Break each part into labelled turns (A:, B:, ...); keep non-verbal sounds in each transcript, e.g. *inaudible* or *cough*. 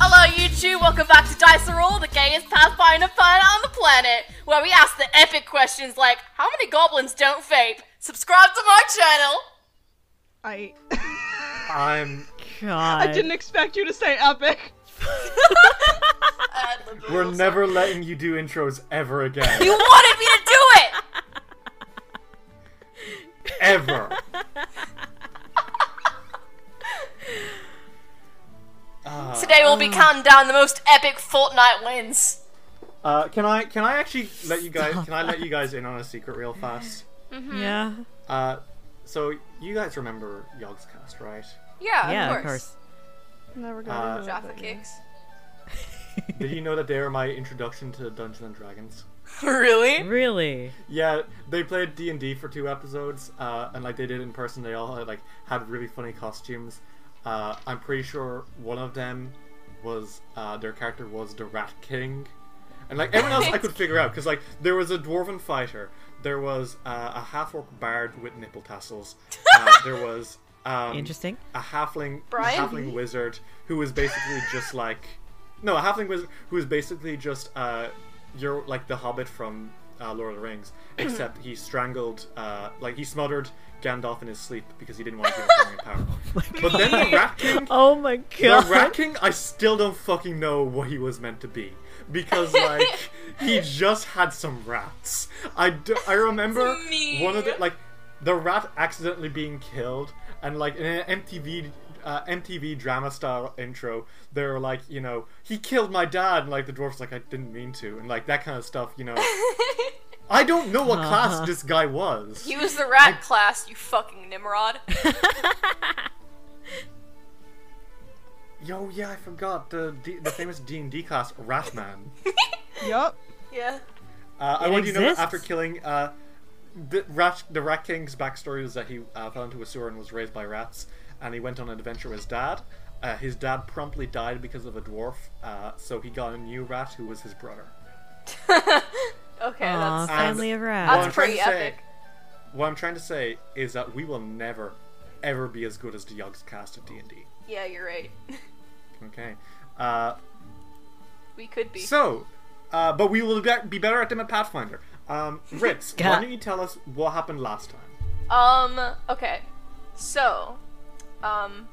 A: Hello, YouTube. Welcome back to Dice Are All, the gayest Pathfinder fun on the planet, where we ask the epic questions like, "How many goblins don't vape?" Subscribe to my channel.
B: I *laughs*
C: I'm.
D: God.
B: I didn't expect you to say epic.
A: And the
C: We're
A: rules.
C: never letting you do intros ever again.
A: You wanted me to do it.
C: ever. Uh,
A: Today we'll be counting down the most epic Fortnite wins.
C: uh, can I can I actually let you guys can I let you guys in on a secret real fast?
D: Yeah.
C: Uh, so you guys remember Yogg's Cast, right?
A: Yeah,
D: yeah, of course.
B: Never
C: Uh,
B: got rid
A: Jaffa
B: of it.
A: kicks.
C: Did you know that they were my introduction to Dungeons and Dragons?
A: Really?
D: Really?
C: Yeah, they played D and D for two episodes, uh, and like they did in person, they all had, like had really funny costumes. Uh, I'm pretty sure one of them was uh, their character was the Rat King, and like everyone else I could figure out because like there was a dwarven fighter, there was uh, a half orc bard with nipple tassels, uh, there was um,
D: Interesting.
C: a halfling
A: Brian?
C: halfling wizard who was basically just like no a halfling wizard who was basically just uh you're like the hobbit from uh, Lord of the Rings except he strangled uh like he smothered Gandalf in his sleep because he didn't want to give him power but then the rat king
D: Oh my
C: the
D: god.
C: rat king I still don't fucking know what he was meant to be because like he just had some rats I do, I remember
A: It's mean.
C: one of the like the rat accidentally being killed and like in an MTV uh, MTV drama style intro they're like you know he killed my dad and like the dwarf's like I didn't mean to and like that kind of stuff you know I don't know what class this guy was
A: He was the rat class, you fucking Nimrod.
C: yo yeah I forgot the D- the famous D&D class Ratman
B: Yup.
A: *laughs* Yeah.
C: Uh, I
D: It
C: want you to know that
D: exists.
C: after killing uh, the rat, the rat king's backstory was that he uh, fell into a sewer and was raised by rats, and he went on an adventure with his dad. Uh, his dad promptly died because of a dwarf, uh, so he got a new rat who was his brother.
A: Okay,
D: Aw,
A: that's
D: family of
C: What
A: that's
C: I'm
D: rats.
C: trying
A: pretty
C: to say-
A: epic.
C: what I'm trying to say is that we will never, ever be as good as the Yogg's cast of D and D.
A: yeah, you're right.
C: Okay, uh,
A: We could be.
C: so, uh, but we will get, be better at them at Pathfinder. Um, Ritz, why
D: God.
C: don't you tell us what happened last time?
A: Um, okay. So, um,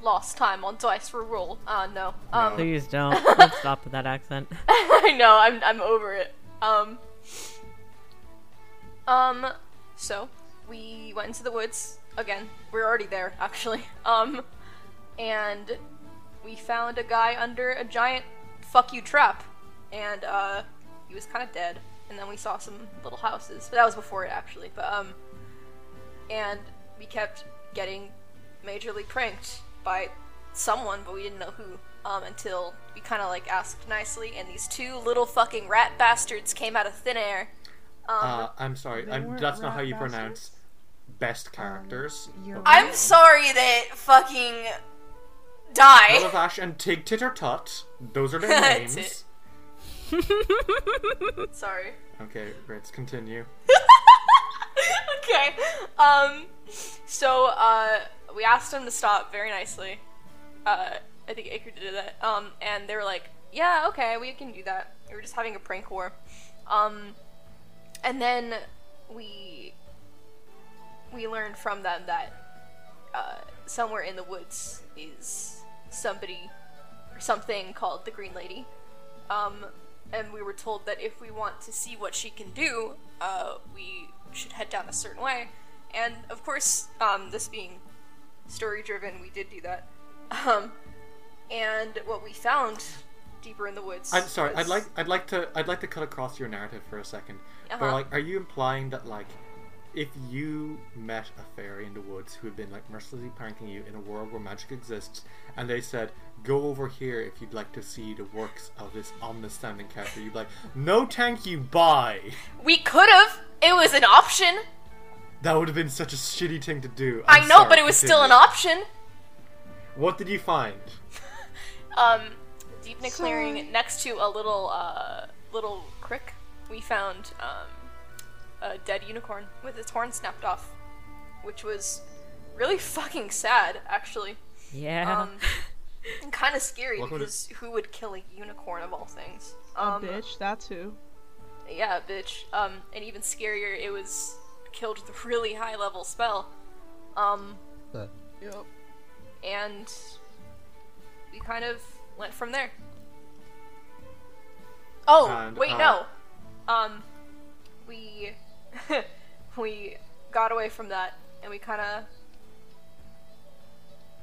A: last time on Dice for Rule. Uh, no. Um,
D: *laughs*
C: *laughs*
D: Please don't. Let's stop with that accent.
A: *laughs* I know, I'm, I'm over it. Um, um, so, we went into the woods again. We are already there, actually. *laughs* Um, and we found a guy under a giant fuck you trap. And, uh, he was kind of dead. And then we saw some little houses. But that was before it, actually. But, um, and we kept getting majorly pranked by someone, but we didn't know who. Um, until we kind of like asked nicely, and these two little fucking rat bastards came out of thin air.
C: Uh, I'm sorry. I'm,
B: weren't
C: that's not how
B: rat
C: you
B: bastards? Um,
C: pronounce best characters.
B: you're
C: Okay.
B: right.
A: I'm sorry that fucking Die.
C: Lavash and Tig Titter Tut. Those are their names.
A: Tit. Sorry. *laughs*
C: Okay, let's continue.
A: okay. Um. So uh, we asked them to stop very nicely. Uh, I think Acre did that. Um, and they were like, "Yeah, okay, we can do that." We were just having a prank war. Um, and then we we learned from them that uh, somewhere in the woods is somebody or something called the Green Lady. Um, and we were told that if we want to see what she can do, uh, we should head down a certain way. And of course, um, this being story driven, we did do that. *laughs* Um, and what we found deeper in the woods.
C: I'm sorry. I'd
A: was-
C: like I'd like to I'd like to cut across your narrative for a 2nd But
A: Uh-huh.
C: like, are you implying that like, if you met a fairy in the woods who had been like mercilessly pranking you in a world where magic exists, and they said, "Go over here if you'd like to see the works of this ominous sounding character," you'd be like, "No, thank you. Bye."
A: We could have. It was an option.
C: That would have been such a shitty thing to do.
A: i
C: I'm
A: know,
C: sorry,
A: but it was still
C: *laughs*
A: an
C: continue.
A: option.
C: What did you find?
A: Um, deep in a clearing
B: Sorry.
A: next to a little uh, little crick, we found um, a dead unicorn with its horn snapped off, which was really fucking sad, actually.
D: *laughs*
C: Ah.
D: Yeah.
A: Um, and kind of scary
C: What would it-
A: because who would kill a unicorn of all things?
B: Oh,
A: Um,
B: bitch, that's who.
A: Yeah, bitch. Um, and even scarier, it was killed with a really high level spell. Um,
B: Yep.
A: and we kind of went from there. Oh,
C: And,
A: wait,
C: uh,
A: no. Um, we *laughs* we got away from that, and we kind of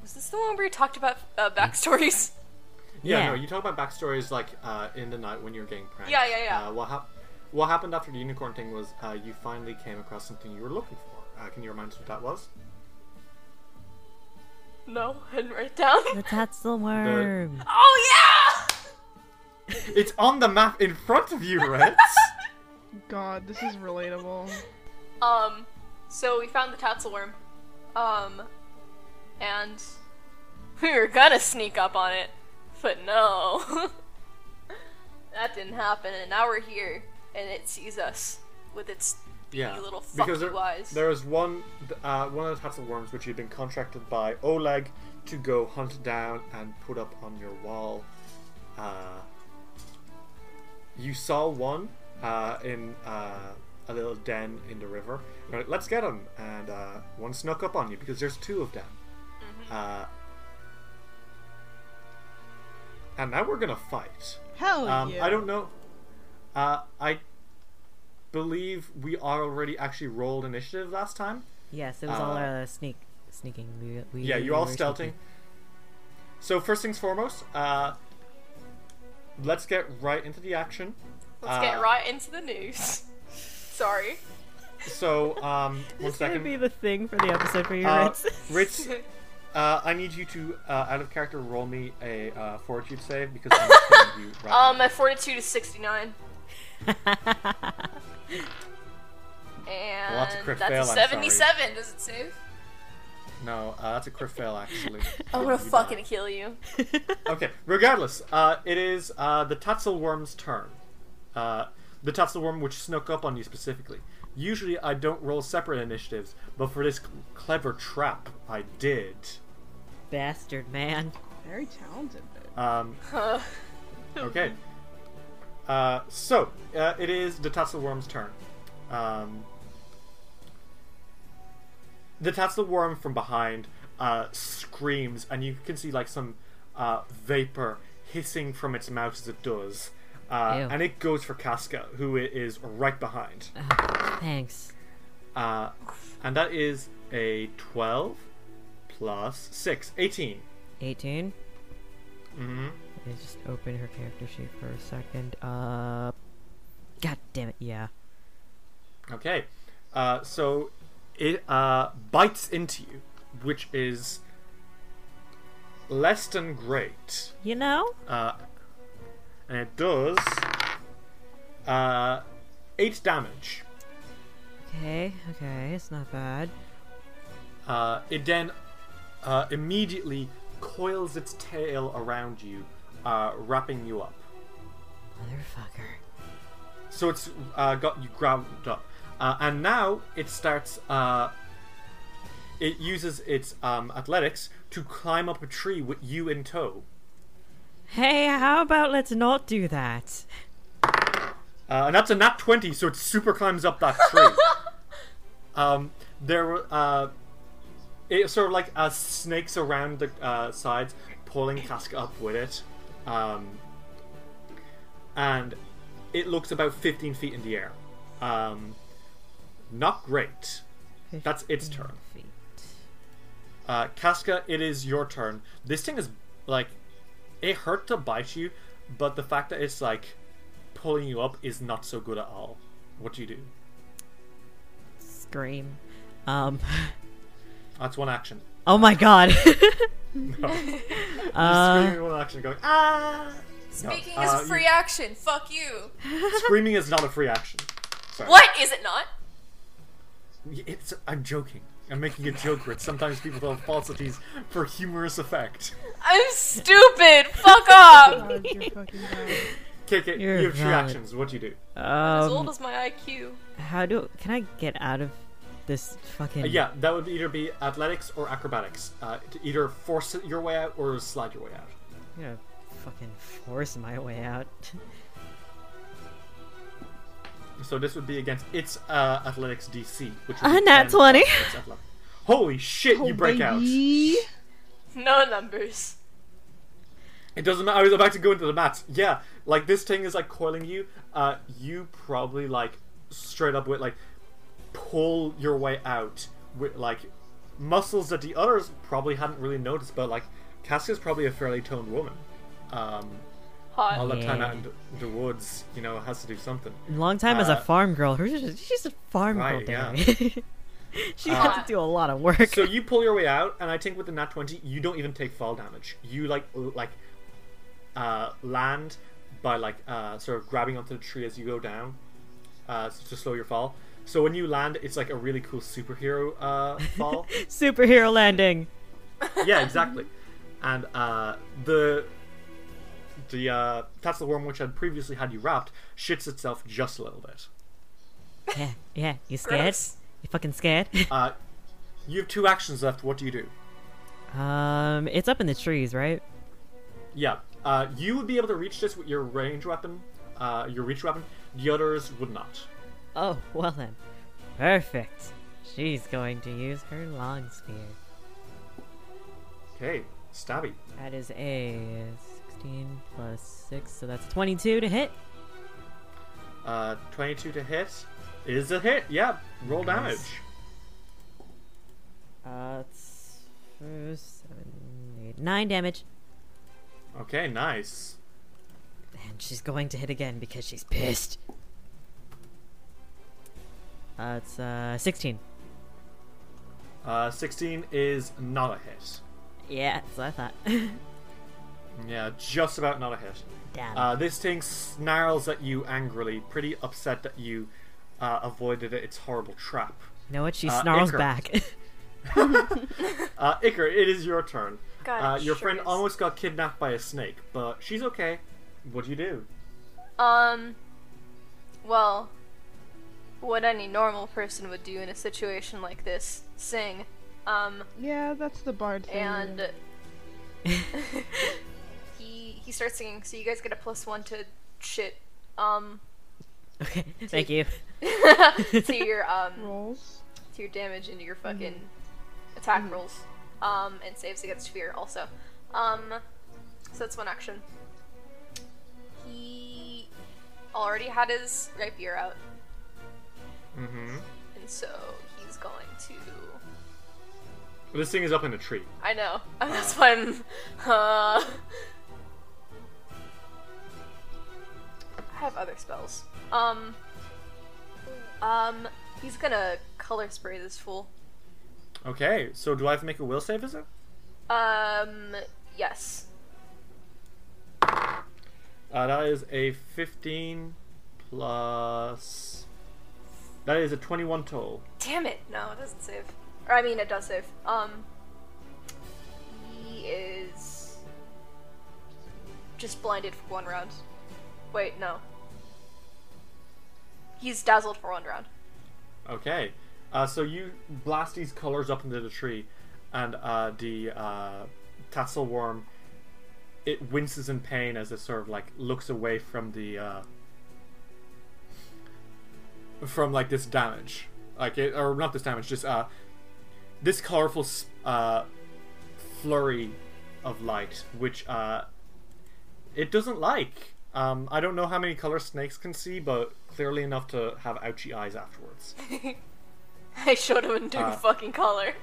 A: was this the one where we talked about uh, backstories? *laughs*
C: Yeah,
D: Yeah.
C: no, you talk about backstories like uh, in the night when you're getting pranked.
A: Yeah, yeah, yeah.
C: Uh, what, hap- what happened after the unicorn thing was uh, you finally came across something you were looking for. Uh, can you remind us what that was?
A: no, I didn't write it down.
D: *laughs* the Tetzel worm.
A: oh yeah!
C: It's on the map in front of you, Reds!
A: *laughs*
B: God, this is relatable.
A: Um, so we found the tassel worm. Um, and we were gonna sneak up on it, but no. *laughs* that didn't happen, and now we're here, and it sees us with its
C: yeah.
A: You little
C: because
A: fuck
C: there,
A: you eyes.
C: there is one, uh, one of the Tassel Worms which you've been contracted by Oleg to go hunt down and put up on your wall. Uh, you saw one uh, in uh, a little den in the river. You're like, let's get him, and uh, one snuck up on you because there's two of them.
A: Mm-hmm.
C: Uh, and now we're gonna fight.
B: *laughs*
A: Oh,
B: Hell
C: Um,
B: yeah.
C: I don't know. Uh, I believe we are already actually rolled initiative last time.
D: Yes, it was all
C: uh,
D: uh, sneak sneaking. We, we,
C: Yeah,
D: we
C: you're all
D: were
C: stealthing. So first things foremost, uh, let's get right into the action.
A: Let's
C: Uh,
A: get right into the news. *laughs* Sorry.
C: So
A: *laughs*
C: um, one
D: It's gonna
C: second.
D: be the thing for the episode for you,
C: Uh,
D: Ritz.
C: Ritz, uh, I need you to uh, out of character roll me a uh, fortitude save because
A: *laughs*
C: I'm not killing you
A: *laughs*
C: right
A: Um, my fortitude is 69, and
C: Well, that's a crit
A: that's
C: fail, I'm
A: a
C: sorry.
A: 77. Does it save?
C: now. No, uh, that's a crit fail actually.
A: *laughs* I'm
C: You
A: gonna
C: die.
A: fucking kill *laughs* you.
C: *laughs*
D: *laughs*
C: Okay, regardless, uh, it is uh, the Tatzel Worm's turn. Uh, the Tatzel Worm, which snuck up on you specifically. Usually I don't roll separate initiatives, but for this clever trap, I did.
D: Bastard man.
B: Very talented. Bitch.
C: Um, okay. Uh, so, uh, it is the Tatzel Worm's turn. Um, the Tatzel Worm from behind uh, screams, and you can see like some uh, vapor hissing from its mouth as it does. Uh,
D: Ew.
C: and it goes for Casca, who i- is right behind.
D: Thanks.
C: Uh, and that is a 12 plus 6, 18.
D: 18.
C: Mhm.
D: Let me just open her character sheet for a second. Uh. God damn it, yeah.
C: Okay. Uh, so it uh, bites into you, which is less than great.
D: You know?
C: Uh, and it does uh, 8 damage.
D: Okay, okay, it's not bad.
C: Uh, it then uh, immediately coils its tail around you, uh, wrapping you up.
D: Motherfucker.
C: So it's uh, got you ground up, uh, and now it starts. Uh, it uses its um, athletics to climb up a tree with you in tow.
D: Hey, how about let's not do that?
C: Uh, and that's a nat 20, so it super climbs up that tree. um, there were, uh, it sort of like uh, snakes around the uh, sides, pulling Kask up with it. Um, and it looks about 15 feet in the air. Um, not great. That's its turn.
D: Feet.
C: Uh, Casca, it is your turn. This thing is like, it hurt to bite you, but the fact that it's like pulling you up is not so good at all. What do you do?
D: Scream. Um. *laughs*
C: That's one action. *laughs*
D: Oh my
A: *laughs*
D: god. *laughs*
C: Just screaming one action, going ah.
A: Uh,
C: No,
A: Speaking is
C: uh,
A: a free action. Fuck you.
C: you- screaming is not a free action. Sorry.
A: What is it not?
C: It's. I'm joking. I'm making a joke. Where sometimes people tell falsities for humorous effect. *laughs*
A: I'm stupid. Fuck *laughs*
C: Uh,
A: off.
B: God, you're fucking bad. *laughs*
C: Kick it.
D: You're
C: you have three
D: valid.
C: actions. What do you do?
A: as
D: um.
A: old as my IQ.
D: How do? Can I get out of this fucking?
C: Uh, yeah, that would either be athletics or acrobatics. Uh, to either force your way out or slide your way out.
D: I'm gonna fucking force my way out. *laughs*
C: So this would be against its uh, athletics DC, which would
D: Uh,
C: be
D: nat Oh,
C: 10
D: 20.
C: plus its athletic. Holy shit! you break out.
B: baby.
A: No numbers.
C: It doesn't matter. I was about to go into the maths. Yeah, like this thing is like coiling you. Uh, you probably like straight up with like pull your way out with like muscles that the others probably hadn't really noticed. But like Cassia's probably a fairly toned woman. Um,
A: Hot.
C: all that time
D: Yeah.
C: out in the, the woods, you know, has to do something.
D: Long time as a
C: Uh,
D: farm girl. Her- She's a farm girl,
C: Right,
D: damn
C: yeah.
D: it. *laughs* she had to do a lot of work. *laughs*
C: So you pull your way out, and I think with the nat twenty, you don't even take fall damage. You like l- like uh, land by like uh, sort of grabbing onto the tree as you go down uh, s- to slow your fall. So when you land, it's like a really cool superhero uh, fall.
D: Superhero landing. *laughs*
C: yeah, exactly. And uh, the the uh, that's the worm which had previously had you wrapped shits itself just a little bit.
D: Yeah, yeah. You scared?
A: Gross.
D: You fucking scared? *laughs*
C: Uh, you have two actions left. What do you do?
D: um, it's up in the trees, right?
C: Yeah, uh, you would be able to reach this with your range weapon, uh, your reach weapon. The others would not.
D: Oh, well then. Perfect. She's going to use her long spear.
C: Okay, stabby.
D: That is a 16 plus 6, so that's 22 to hit.
C: Uh, 22 to hit is a hit. Yeah, roll damage.
D: Nice. Uh, it's uh, seven, eight, 9 damage.
C: Okay, nice.
D: And she's going to hit again because she's pissed. Uh, it's uh, 16.
C: Uh, 16 is not a hit.
D: Yeah, that's what I thought. *laughs*
C: Yeah, just about not a hit.
D: Damn.
C: Uh, this thing snarls at you angrily, pretty upset that you uh, avoided its horrible trap.
D: you know what? She
C: uh,
D: snarls
C: Icarus. *laughs*
D: back. *laughs*
C: Uh, Icar, it is your turn.
A: God,
C: uh,
A: it
C: your
A: sure
C: friend
A: is.
C: almost got kidnapped by a snake, but she's okay. What do you do?
A: Um. Well, what any normal person would do in a situation like this: sing. Um.
B: Yeah, that's the bard thing.
A: and he he starts singing. So you guys get a plus one to shit. Um, *laughs*
D: okay, thank you.
A: to your
B: *laughs*
A: um
B: rolls.
A: to your damage and your fucking attack rolls. Um, and saves against fear also. Um, so that's one action. He already had his rapier out,
C: Mm-hmm.
A: and so he's going to.
C: This thing is up in a tree.
A: I know. *laughs* That's why I'm. Uh... I have other spells. Um. Um. He's gonna color spray this fool.
C: Okay, so do I have to make a will save, is it?
A: Um. Yes.
C: Uh, that is a 15 plus. That is a 21 total.
A: Damn it! No, it doesn't save. Or I mean, it does save. Um. he is just blinded for one round. Wait, no. He's dazzled for one round. *laughs*
C: Okay. Uh, so you blast these colors up into the tree, and uh, the uh, tassel worm it winces in pain as it sort of like looks away from the uh, from like this damage, like it or not this damage, just uh, this colorful s- uh, flurry of light, which uh, it doesn't like. Um, I don't know how many colors snakes can see, but clearly enough to have ouchy eyes afterwards.
A: I showed him a new
B: Ah.
C: Uh.
A: fucking color.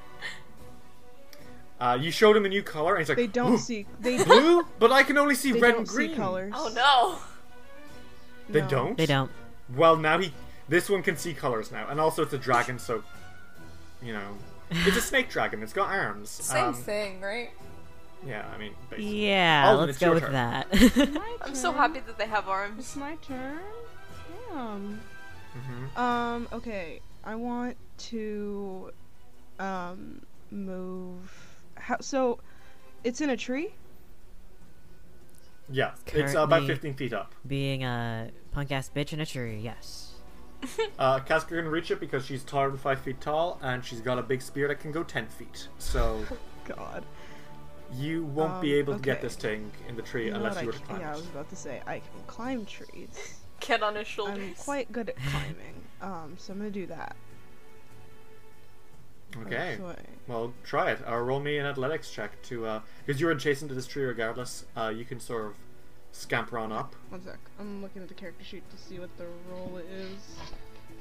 C: Uh, you showed him a new color, and he's like,
B: They
C: "Ooh,
B: don't see. They, they
C: blue, but I can only see red
B: don't
C: and green.
B: see colors.
A: Oh no!
C: They
B: No.
C: don't. *laughs*
D: They don't.
C: Well, now he, this one can see colors now, and also it's a dragon, so, you know,
D: *laughs*
C: it's a snake dragon. It's got arms.
A: Same
C: Um,
A: thing, right?
C: Yeah, I mean, basically.
D: Yeah,
C: Alden,
D: let's
C: it's
D: go
C: your
D: with
C: turn.
D: that.
C: *laughs*
B: My
A: I'm so
B: turn.
A: happy that they have
B: It's
A: arms.
B: my turn. Damn.
C: Mhm.
B: Um. Okay. I want to, um, move. How? So, it's in a tree.
C: Yeah, it's uh, about
D: Currently-
C: 15 feet up.
D: Being a punk ass bitch in a tree, yes.
C: Uh, Casca can reach it because she's taller than 5 feet tall, and she's got a big spear that can go 10 feet.
B: *laughs*
C: So
B: God.
C: you won't be
B: Um,
C: able to get
B: okay.
C: this thing in the tree
B: You know
C: unless
B: what
C: you
B: I
C: were to
B: c-
C: climb
B: yeah, I
C: it.
B: was about to say I can climb trees.
A: Get on his
C: Oh,
B: I'm
A: shoulders.
B: quite good
C: *laughs*
B: at climbing. Um. So I'm gonna do that.
C: Okay.
B: Okay.
C: Well, try it. Uh, roll me an athletics check to, because you were adjacent to this tree regardless. Uh, you can sort of scamper on up.
B: One sec. I'm looking at the character sheet to see what the role is.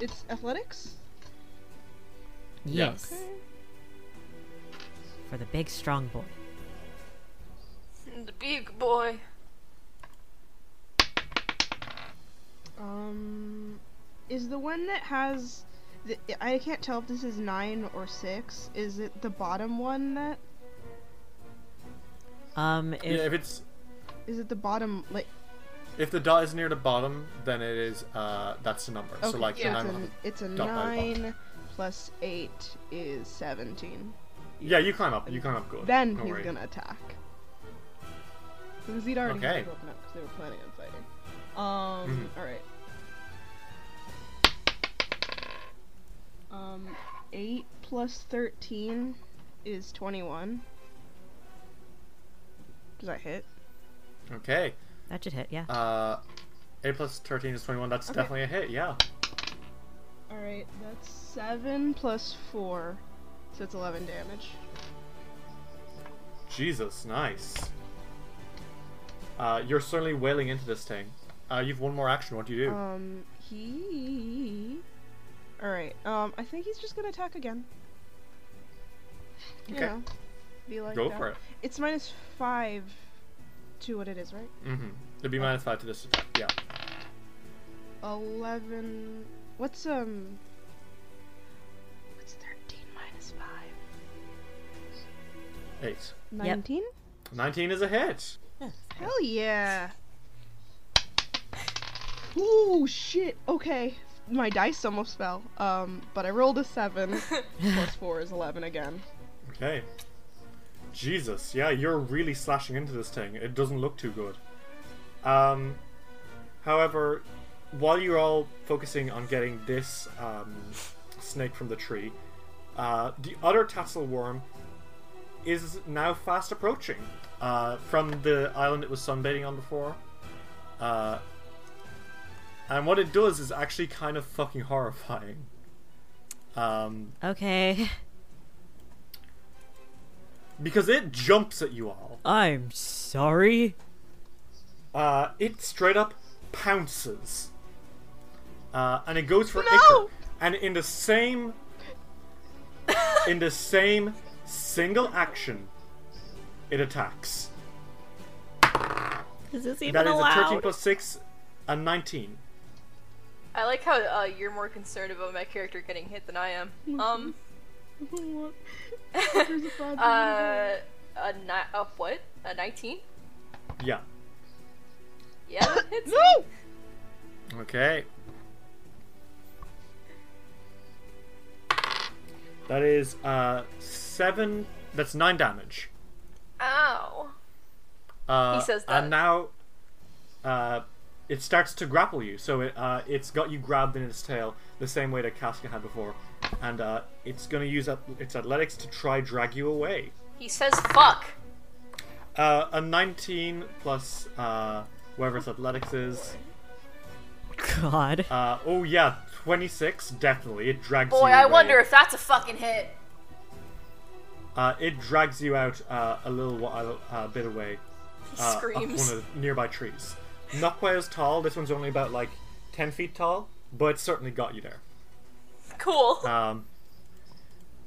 B: It's athletics.
D: Yes.
B: Okay.
D: For the big strong boy.
A: The big boy.
B: Um, is the one that has the, I can't tell if this is nine or six. Is it the bottom one that
D: Um, if,
C: yeah, if it's
B: is it the bottom like
C: If the dot is near the bottom, then it is. Uh, that's the number. so
B: okay,
C: like
A: yeah.
C: the nine.
B: it's,
C: will-
B: a, it's a
C: dot by the bottom.
B: nine plus eight is seventeen.
C: Yeah, you climb up. You climb up. Good.
B: Then
C: Don't
B: he's
C: worry.
B: gonna attack. Because he'd already
C: Okay.
B: had to open up because they were planning on fighting. Um, alright. Um, 8 plus 13 is 21. Does that hit?
C: Okay.
D: that should hit, yeah.
C: Uh, a plus thirteen is twenty-one. That's
B: Okay.
C: definitely a hit. Yeah.
B: Alright, that's 7 plus 4. So it's 11 damage.
C: Jesus, nice. Uh, you're certainly wailing into this thing. Uh, you've one more action. What do you do?
B: Um, he. Alright, um, I think he's just gonna attack again. You
C: Okay.
B: know, be like
C: Go
B: that.
C: for it.
B: It's minus five to what it is, right?
C: Mm-hmm. It'd be minus five to this attack. Yeah.
B: Eleven. What's um? What's thirteen minus five?
C: Eight.
B: Nineteen.
C: Nineteen is a hit.
B: Hell yeah! Ooh shit. Okay, my dice almost fell. Um, but I rolled a *laughs* seven. Plus four is eleven again.
C: Okay. Jesus, yeah, you're really slashing into this thing. It doesn't look too good. Um, however, while you're all focusing on getting this um, snake from the tree, uh, the other tassel worm is now fast approaching uh, from the island it was sunbathing on before. Uh, and what it does is actually kind of fucking horrifying. Um,
D: okay. *laughs*
C: because it jumps at you all.
D: I'm sorry.
C: Uh, it straight up pounces. Uh, and it goes for
B: No!
C: Icker. And in the same in the same single action, it attacks.
D: Is this
C: that
D: even
C: is a
D: allowed?
C: thirteen plus six and nineteen.
A: I like how uh, you're more concerned about my character getting hit than I am. Um, *laughs* uh, a ni- a what? A 19?
C: Yeah.
A: Yeah, that hits.
B: no!
C: Okay. That is uh seven that's nine damage.
A: Ow.
C: Uh,
A: He says that.
C: And now uh, it starts to grapple you. So it, uh, it's got you grabbed in its tail the same way that Casca had before. And uh, it's going to use at- its athletics to try drag you away.
A: He says fuck.
C: Uh, a 19 plus uh, whatever its athletics is.
D: God.
C: Uh, oh, yeah, 26, definitely. It drags you
A: Boy, I
C: away.
A: wonder if that's a fucking hit.
C: Uh, it drags you out uh, a little while, uh, bit away.
A: He
C: uh, *laughs* up
A: screams.
C: one of the nearby trees. Not quite as tall. This one's only about like ten feet tall, but it certainly got you there.
A: *laughs* Cool.
C: Um,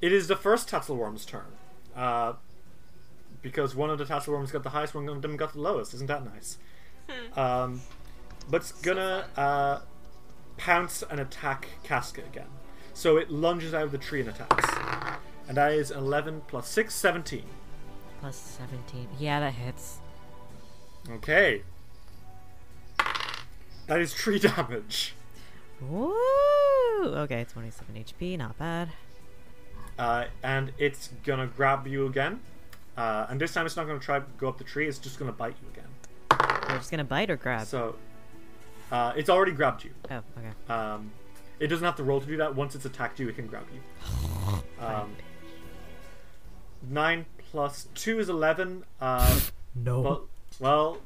C: it is the first Tatzelworm's turn, uh, because one of the Tatzelworms got the highest, one of them got the lowest. Isn't that nice? Um, but it's gonna uh, pounce and attack Casca again. So it lunges out of the tree and attacks. And that is 11 plus 6, 17.
D: Plus 17. Yeah, that hits.
C: Okay. That is 3 *laughs* damage.
D: Woo! Okay, 27 HP, not bad.
C: uh, and it's gonna grab you again. Uh, and this time it's not gonna try to go up the tree. It's just gonna bite you again.
D: We're just gonna bite or grab.
C: So uh, it's already grabbed you.
D: oh, okay.
C: Um, it doesn't have to roll to do that. Once it's attacked you, it can grab you. Um, nine plus two is eleven. Uh,
D: No.
C: but well,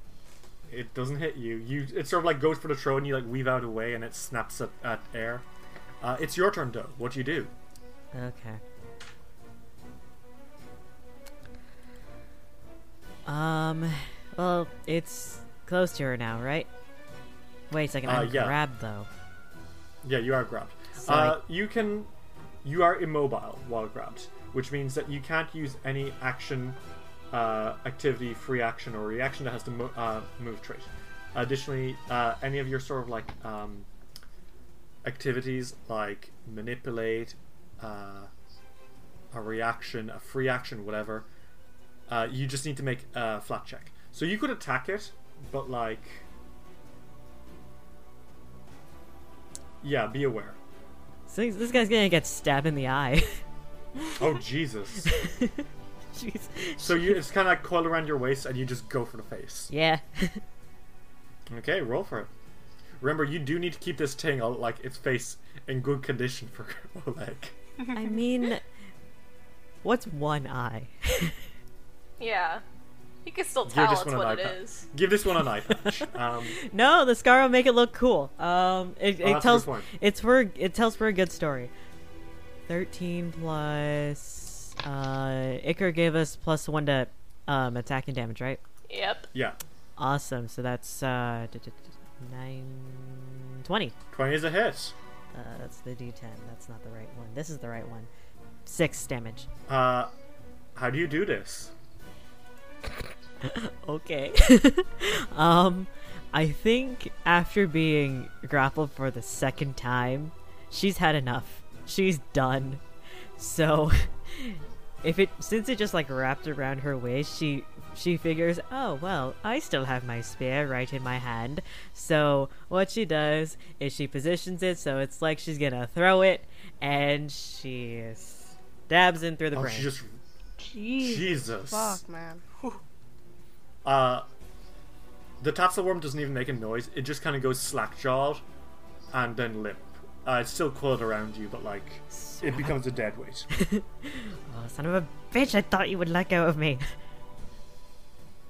C: it doesn't hit you. You it sort of like goes for the throw and you like weave out away and it snaps at, at air. Uh, it's your turn though. What do you do?
D: Okay. Um, well, it's close to her now, right? Wait a second,
C: Uh,
D: I'm
C: yeah.
D: grabbed though.
C: Yeah, you are grabbed.
D: So I-
C: Uh, you can, you are immobile while grabbed, which means that you can't use any action, uh, activity, free action, or reaction that has to mo- uh, move trait. Additionally, uh, any of your sort of like um, activities like manipulate, uh, a reaction, a free action, whatever, uh, you just need to make a flat check. So you could attack it, but like, yeah, be aware.
D: So this this guy's gonna get stabbed in the eye. *laughs*
C: Oh Jesus!
D: Jeez.
C: So you, it's kind of like coiled around your waist, and you just go for the face.
D: Yeah.
C: Okay, roll for it. Remember, you do need to keep this thing all, like its face in good condition for *laughs* Oleg.
D: I mean, what's one eye? *laughs*
A: yeah. You can still
C: Give
A: tell
C: this
A: it's
C: one an eye
A: what it
C: patch.
A: is.
C: Give this one an
A: *laughs*
C: eye patch. Um,
D: No, the scar will make it look cool. Um,
C: Oh, that's
D: it,
C: a
D: it
C: good
D: tells
C: point.
D: it's for it tells for a good story. Thirteen plus uh, Icar gave us plus one to um attack and damage, right?
A: Yep.
C: yeah,
D: Awesome. So that's uh d- d- d- nine twenty.
C: twenty is a hit.
D: Uh, that's the D10. That's not the right one. This is the right one. Six damage.
C: Uh, how do you do this?
D: Okay. *laughs* um, I think after being grappled for the second time, she's had enough. She's done. So, *laughs* if it since it just like wrapped around her waist, she she figures, oh well, I still have my spear right in my hand. So what she does is she positions it so it's like she's gonna throw it, and she stabs in through the
C: Oh,
D: brain.
C: she just
B: Jeez.
C: Jesus.
B: Fuck, man.
C: Uh, the Tatzelworm doesn't even make a noise. It just kind of goes slack jawed, and then limp. Uh, it's still coiled around you, but like it becomes a dead weight.
D: Oh, son of a bitch! I thought you would let go of me. *laughs*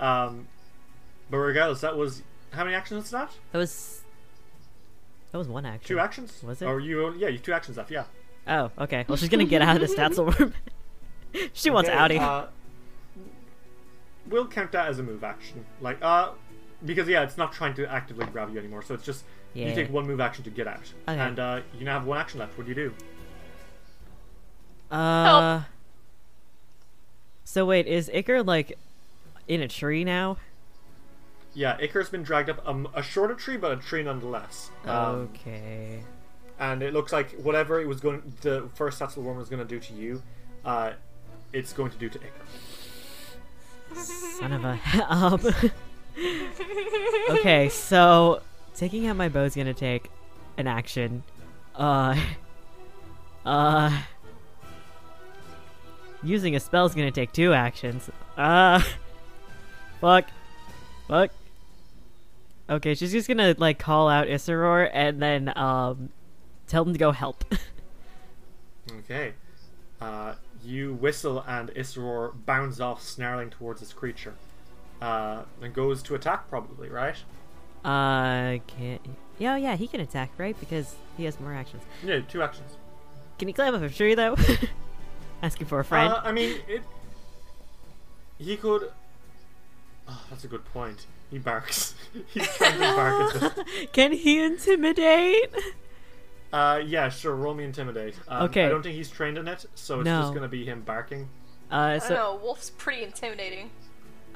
C: Um, but regardless, that was how many actions is that?
D: That was that was one action.
C: Two actions?
D: Was it?
C: Or you? Yeah, you two actions left. Yeah.
D: Oh, okay. Well, she's gonna get out of this
C: *laughs*
D: tassel worm. she wants
C: Okay,
D: outing.
C: Uh, we'll count that as a move action, like uh, because yeah, it's not trying to actively grab you anymore. So it's just
D: Yeah.
C: you take one move action to get out,
D: Okay.
C: and uh, you now have one action left. What do you do?
D: uh, so wait, is Icar like in a tree now?
C: Yeah, Icar's been dragged up um, a shorter tree, but a tree nonetheless. Um,
D: okay.
C: and it looks like whatever it was going, the first Satchel Worm was going to do to you, uh, it's going to do to Icar.
D: Son of a. *laughs* um, okay, so taking out my bow is gonna take an action. Uh. Uh. Using a spell's gonna take two actions. Ah. fuck. Fuck. Okay, she's just gonna like call out Isseror and then um tell him to go help. *laughs*
C: Okay. Uh, you whistle and Isror bounds off, snarling towards this creature. Uh, and goes to attack, probably, right?
D: uh can Yeah, yeah, he can attack, right? Because he has more actions.
C: Yeah, two actions.
D: Can he climb up a tree though? *laughs* Asking for a friend.
C: Uh, I mean, it. He could. Ah, that's a good point. He barks. *laughs* He's trying to bark
A: Uh,
C: at the.
D: *laughs* can he intimidate?
C: Uh, yeah, sure. Roll me intimidate. Um,
D: Okay.
C: I don't think he's trained in it, so it's
D: No.
C: just gonna be him barking.
D: Uh
A: I don't
D: so
A: know. Wolf's pretty intimidating.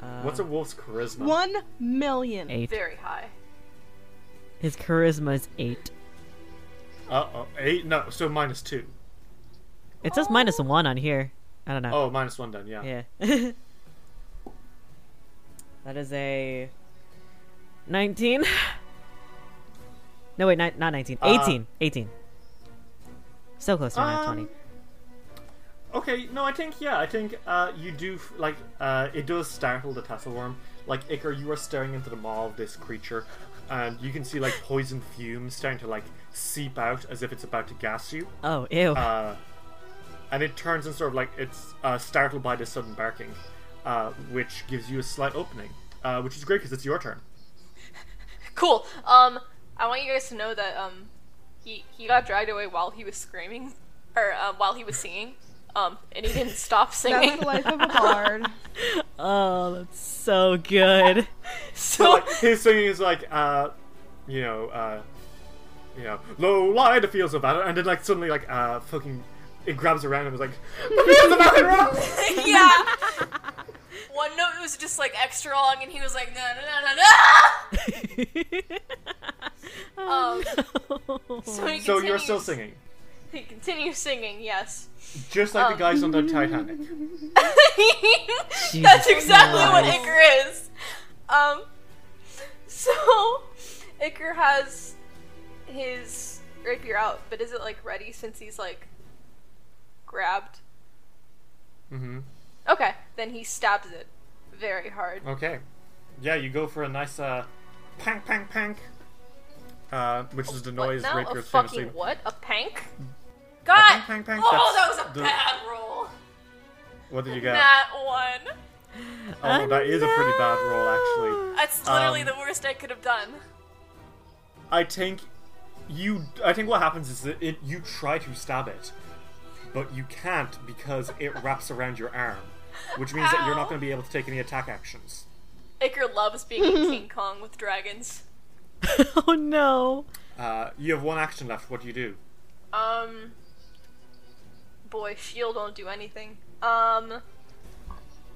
D: uh,
C: What's a wolf's charisma?
B: One million.
D: eight.
A: Very high.
D: His charisma is eight.
C: Uh oh, eight. No, so minus two.
D: It says minus one on here. I don't know.
C: Oh, minus one then. Yeah.
D: Yeah. *laughs* that is a 19. No, wait, not, not 19.
C: Uh,
D: 18. 18. So close to a nat
C: Um,
D: 20.
C: Okay, no, I think yeah, I think uh, you do f- like uh, it does startle the tasselworm. Like Icar, you are staring into the maw of this creature, and you can see like poison fumes starting to like seep out as if it's about to gas you.
D: Oh, ew.
C: Uh, and it turns and sort of like it's uh, startled by this sudden barking, uh, which gives you a slight opening, uh, which is great because it's your turn.
A: Cool. Um, I want you guys to know that um, he he got dragged away while he was screaming, or um, while he was singing. Um, and he didn't stop
B: That's
A: singing.
B: the life of a bard.
D: oh, that's so
A: *laughs* Um.
D: good. *laughs*
C: But,
A: so
C: like his singing is like, uh, you know, uh, you know, low lie the fields of battle, and then like suddenly like uh, fucking it grabs around and was like, the fields of battle. rock!"
A: *laughs* yeah. One note was just like extra long, and he was like, no, no,
D: Oh,
A: no, no, no. Um, *laughs* so he
C: So you're still
A: continues-
C: singing,
A: He continues singing. Yes.
C: just like the guys on
A: *laughs*
C: the Titanic.
A: That's exactly what
D: Christ.
A: Icar is. Um, so *laughs* Icar has his rapier out, but is it like ready since he's like grabbed?
C: hmm
A: Okay, then he stabs it very hard.
C: Okay, yeah, you go for a nice uh, pang pang pang. Uh, which is the
A: What
C: noise
A: now?
C: Rick
A: A
C: was
A: fucking
C: famously
A: what? A pank? God!
C: pank, pank,
A: oh, that
C: that's
A: was a
C: the-
A: bad roll.
C: What did you get?
A: That one.
C: Oh, that is a pretty bad roll, actually.
A: That's literally
C: Um,
A: the worst I could have done.
C: I think you. I think what happens is that it, you try to stab it, but you can't because it wraps around your arm, which means that you're
A: Ow.
C: not going to be able to take any attack actions.
A: Icar loves being *laughs* King Kong with dragons.
D: *laughs* oh, no.
C: Uh, you have one action left. What do you do?
A: Um. Boy, shield won't do anything. Um.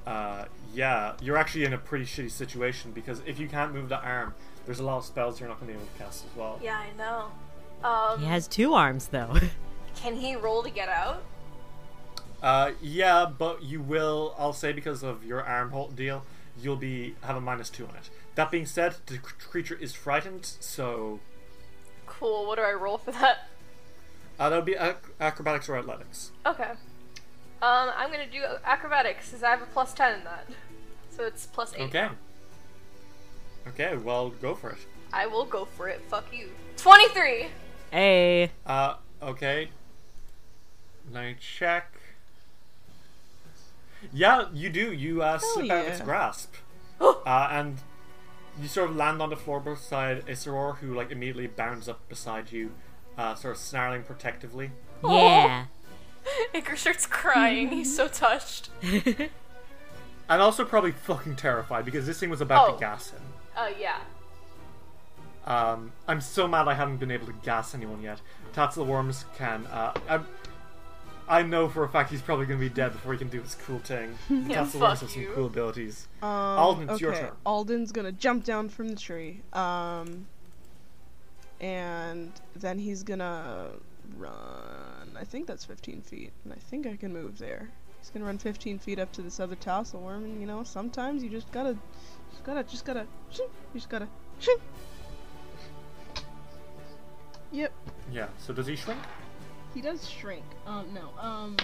C: Uh, yeah, you're actually in a pretty shitty situation because if you can't move the arm, there's a lot of spells you're not going to be able to cast as well.
A: Yeah, I know. Um.
D: He has two arms, though. *laughs*
A: Can he roll to get out?
C: Uh, yeah, but you will. I'll say because of your arm hold deal, you'll be have a minus two on it. That being said, the c- creature is frightened, so
A: Cool. What do I roll for that?
C: uh, that would be ac- acrobatics or athletics.
A: Okay. Um, I'm gonna do acrobatics because I have a plus ten in that, so it's plus eight.
C: Okay. Okay, well, go for it.
A: I will go for it. Fuck you. Twenty-three. *laughs*
D: hey.
C: Uh, okay. Let me check. Yeah, you do. You uh, slip out of its
B: yeah.
C: grasp, uh, and you sort of land on the floor beside Isseror, who like immediately bounds up beside you, uh, sort of snarling protectively.
D: Yeah.
A: Icar starts crying. He's so *laughs* touched.
C: And also probably fucking terrified because this thing was about
A: Oh.
C: to gas him.
A: Oh yeah.
C: Um, I'm so mad I haven't been able to gas anyone yet. Tats of the Worms can. Uh, I, I know for a fact he's probably going to be dead before he can do his
B: *laughs*
C: cool thing. Tats of the
A: fuck
C: Worms have some
A: you.
C: cool abilities.
B: *laughs* Um,
C: Alden, it's your
B: okay,
C: turn.
B: Alden's gonna jump down from the tree. Um, and then he's gonna run. I think that's 15 feet, and I think I can move there. He's gonna run 15 feet up to this other tassel worm, and you know, sometimes you just gotta, just gotta, just gotta, you just gotta. Yep,
C: Yeah, so does he shrink?
B: he does shrink. Um, no. Um,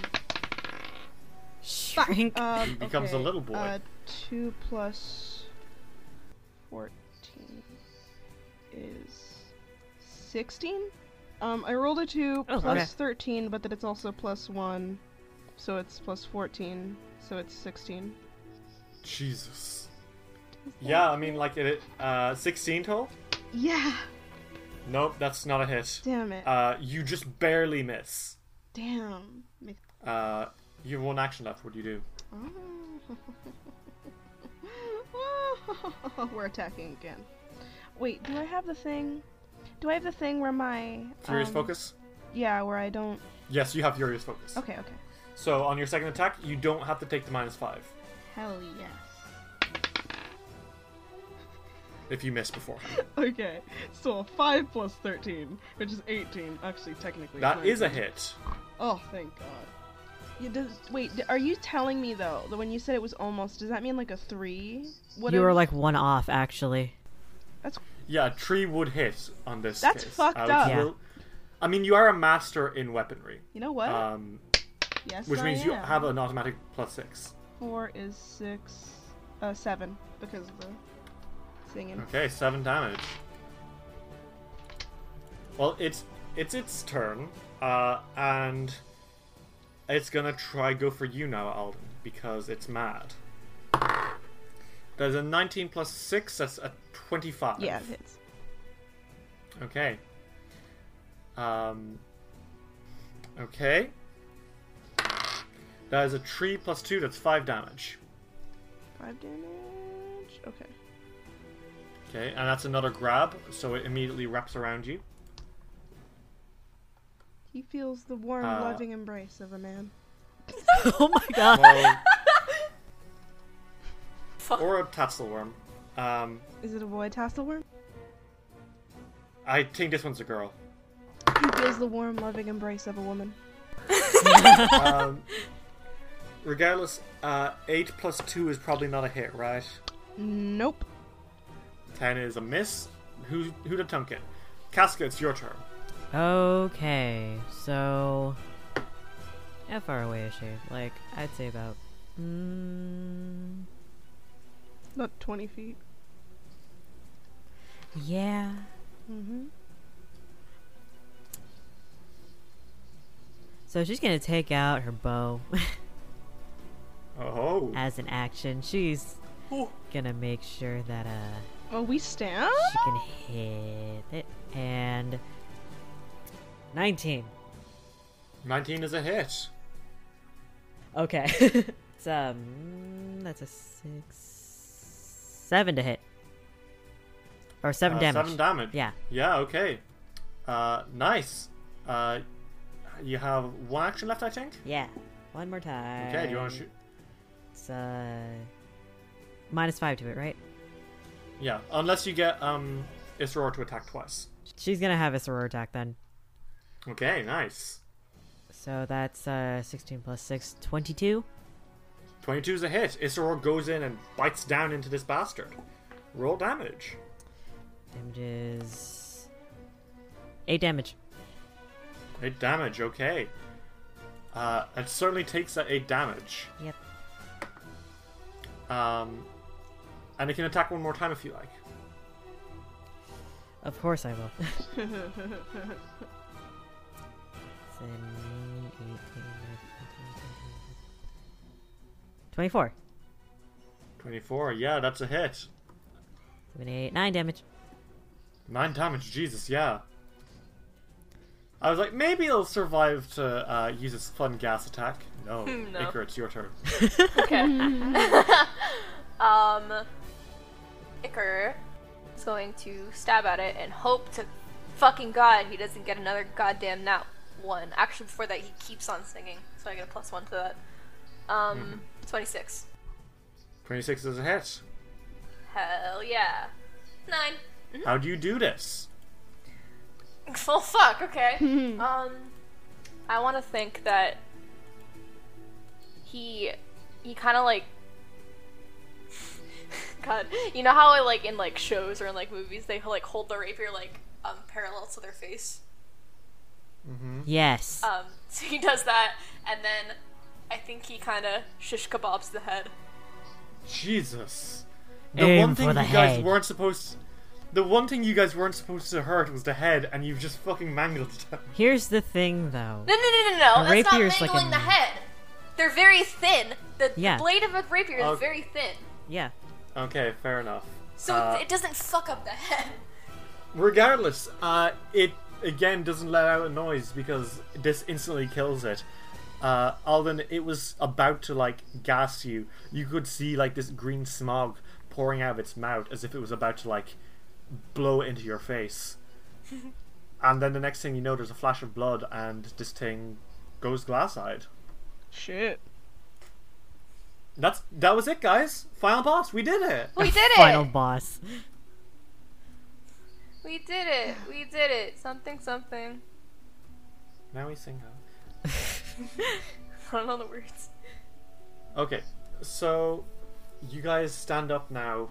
D: Shrink.
B: Um,
C: He becomes a
B: okay,
C: little boy.
B: Uh, 2 plus 14 is 16? Um, I rolled a 2
D: Oh,
B: plus
D: okay.
B: 13, but then it's also plus 1, so it's plus 14, so it's 16.
C: Jesus. Yeah, I mean, like, it, uh, 16 total?
B: Yeah!
C: Nope, that's not a hit.
B: Damn it.
C: Uh, you just barely miss.
B: Damn. Make- *laughs*
C: Uh, you have one action left. What do you do?
B: Oh. We're attacking again. Wait, do I have the thing? Do I have the thing where my
C: Furious
B: um,
C: focus?
B: Yeah, where I don't.
C: Yes, you have furious focus.
B: Okay, okay.
C: So on your second attack, you don't have to take the minus five
B: Hell yes.
C: if you miss beforehand.
B: Okay, so 5 plus 13, which is 18. Actually, technically.
C: That
B: it's
C: is a
B: 19.
C: hit.
B: Oh, thank God. You does, wait, d- are you telling me though that when you said it was almost, does that mean like a 3? What
D: you
B: if-
D: were like one off, actually.
B: That's
C: Yeah, a tree would hit on this.
B: That's
C: case,
B: fucked
C: which
B: up.
D: Yeah.
C: I mean, you are a master in weaponry,
B: You know what?
C: um,
B: yes,
C: which
B: Oh, I
C: means
B: am.
C: you have an automatic plus six.
B: Four is six, uh, seven because of the singing.
C: Okay, seven damage. Well, it's it's its turn, uh, and it's gonna try go for you now, Alden, because it's mad. There's a 19 plus six. That's a 25.
B: Yeah, it hits.
C: Okay. Um. Okay. That is a three plus two. That's five damage.
B: Five damage. Okay.
C: Okay, and that's another grab, so it immediately wraps around you.
B: He feels the warm,
C: Uh,
B: loving embrace of a man.
D: oh my god.
C: Well,
A: Fuck.
C: or a tassel worm. Um,
B: Is it a boy tassel worm?
C: I think this one's a girl.
B: He feels the warm, loving embrace of a woman.
C: Um, regardless, uh, eight plus two is probably not a hit, right?
B: Nope.
C: Ten is a miss. Who who did Tunkin? Casca, it's your turn.
D: Okay, so how far away is she? Like, I'd say about. Mm,
B: Not 20 feet.
D: yeah.
B: Mm-hmm.
D: So she's gonna take out her bow *laughs*
C: Oh,
D: as an action. She's gonna make sure that uh
B: Oh, we stand?
D: she can hit it and 19.
C: 19 is a hit.
D: Okay. *laughs* it's um that's a 6 7 to hit. Or 7
C: Uh,
D: damage.
C: Seven damage.
D: Yeah.
C: Yeah. Okay. Uh, nice. Uh, you have one action left, I think.
D: Yeah. One more time.
C: Okay. Do you want to shoot?
D: It's uh minus 5 to it, right?
C: Yeah. Unless you get um Isror to attack twice.
D: She's going to have a soror attack then.
C: Okay. Nice.
D: So that's uh 16 plus 6 22.
C: 22 is a hit. Isror goes in and bites down into this bastard. Roll damage.
D: Damage is 8 damage.
C: 8 damage, okay. Uh, it certainly takes that 8 damage.
D: Yep.
C: Um, and it can attack one more time if you like.
D: Of
A: *laughs*
D: course I will. Seven, eight, eight, nine, 24.
C: 24, yeah, that's a hit.
D: Seven, eight, nine damage.
C: 9 damage, Jesus, yeah. I was like, maybe it'll survive to uh, use its fun gas attack. No.
A: Hmm, no.
C: Icar, it's your turn.
A: Okay. um, Icker is going to stab at it and hope to fucking god he doesn't get another goddamn nat one. Actually, before that, he keeps on singing, so I get a plus one to that. Um, 26.
C: 26 is a hit.
A: Hell yeah. Nine. *laughs*
C: How do you do this?
A: Well, Oh, fuck. Okay. um, I want to think that he he kind of like *laughs* God. You know how like in like shows or in like movies they like hold the rapier like um parallel to their face.
D: Yes.
A: Oh. *laughs* Um, so he does that, and then I think he kind of shish kebabs the head.
C: Jesus. The
D: Aim
C: one thing
D: for the
C: you guys
D: head.
C: weren't supposed the one thing you guys weren't supposed to hurt was the head, and you've just fucking mangled it. *laughs*
D: Here's the
A: *laughs*
D: thing, though.
A: No, no, no, no, no.
D: A
A: That's not
D: rapier's like
A: mangling
D: a-
A: the head. They're very thin. The, the
D: Yeah.
A: blade of a rapier is
C: Okay.
A: very thin,
D: Yeah.
C: okay, fair enough.
A: so
C: Uh,
A: it doesn't fuck up the head.
C: Regardless, uh, it again doesn't let out a noise because this instantly kills it. Uh, Alden, it was about to like gas you. You could see like this green smog pouring out of its mouth as if it was about to like blow into your face. and then the next thing you know, there's a flash of blood, and this thing goes glass-eyed.
B: Shit.
C: That's that was it, guys. Final boss, we did it.
A: We did it.
D: Final boss.
A: *laughs* We did it. We did it. Something, something. *laughs*
C: Now we sing. Out.
A: I don't know the words.
C: Okay, so you guys stand up now,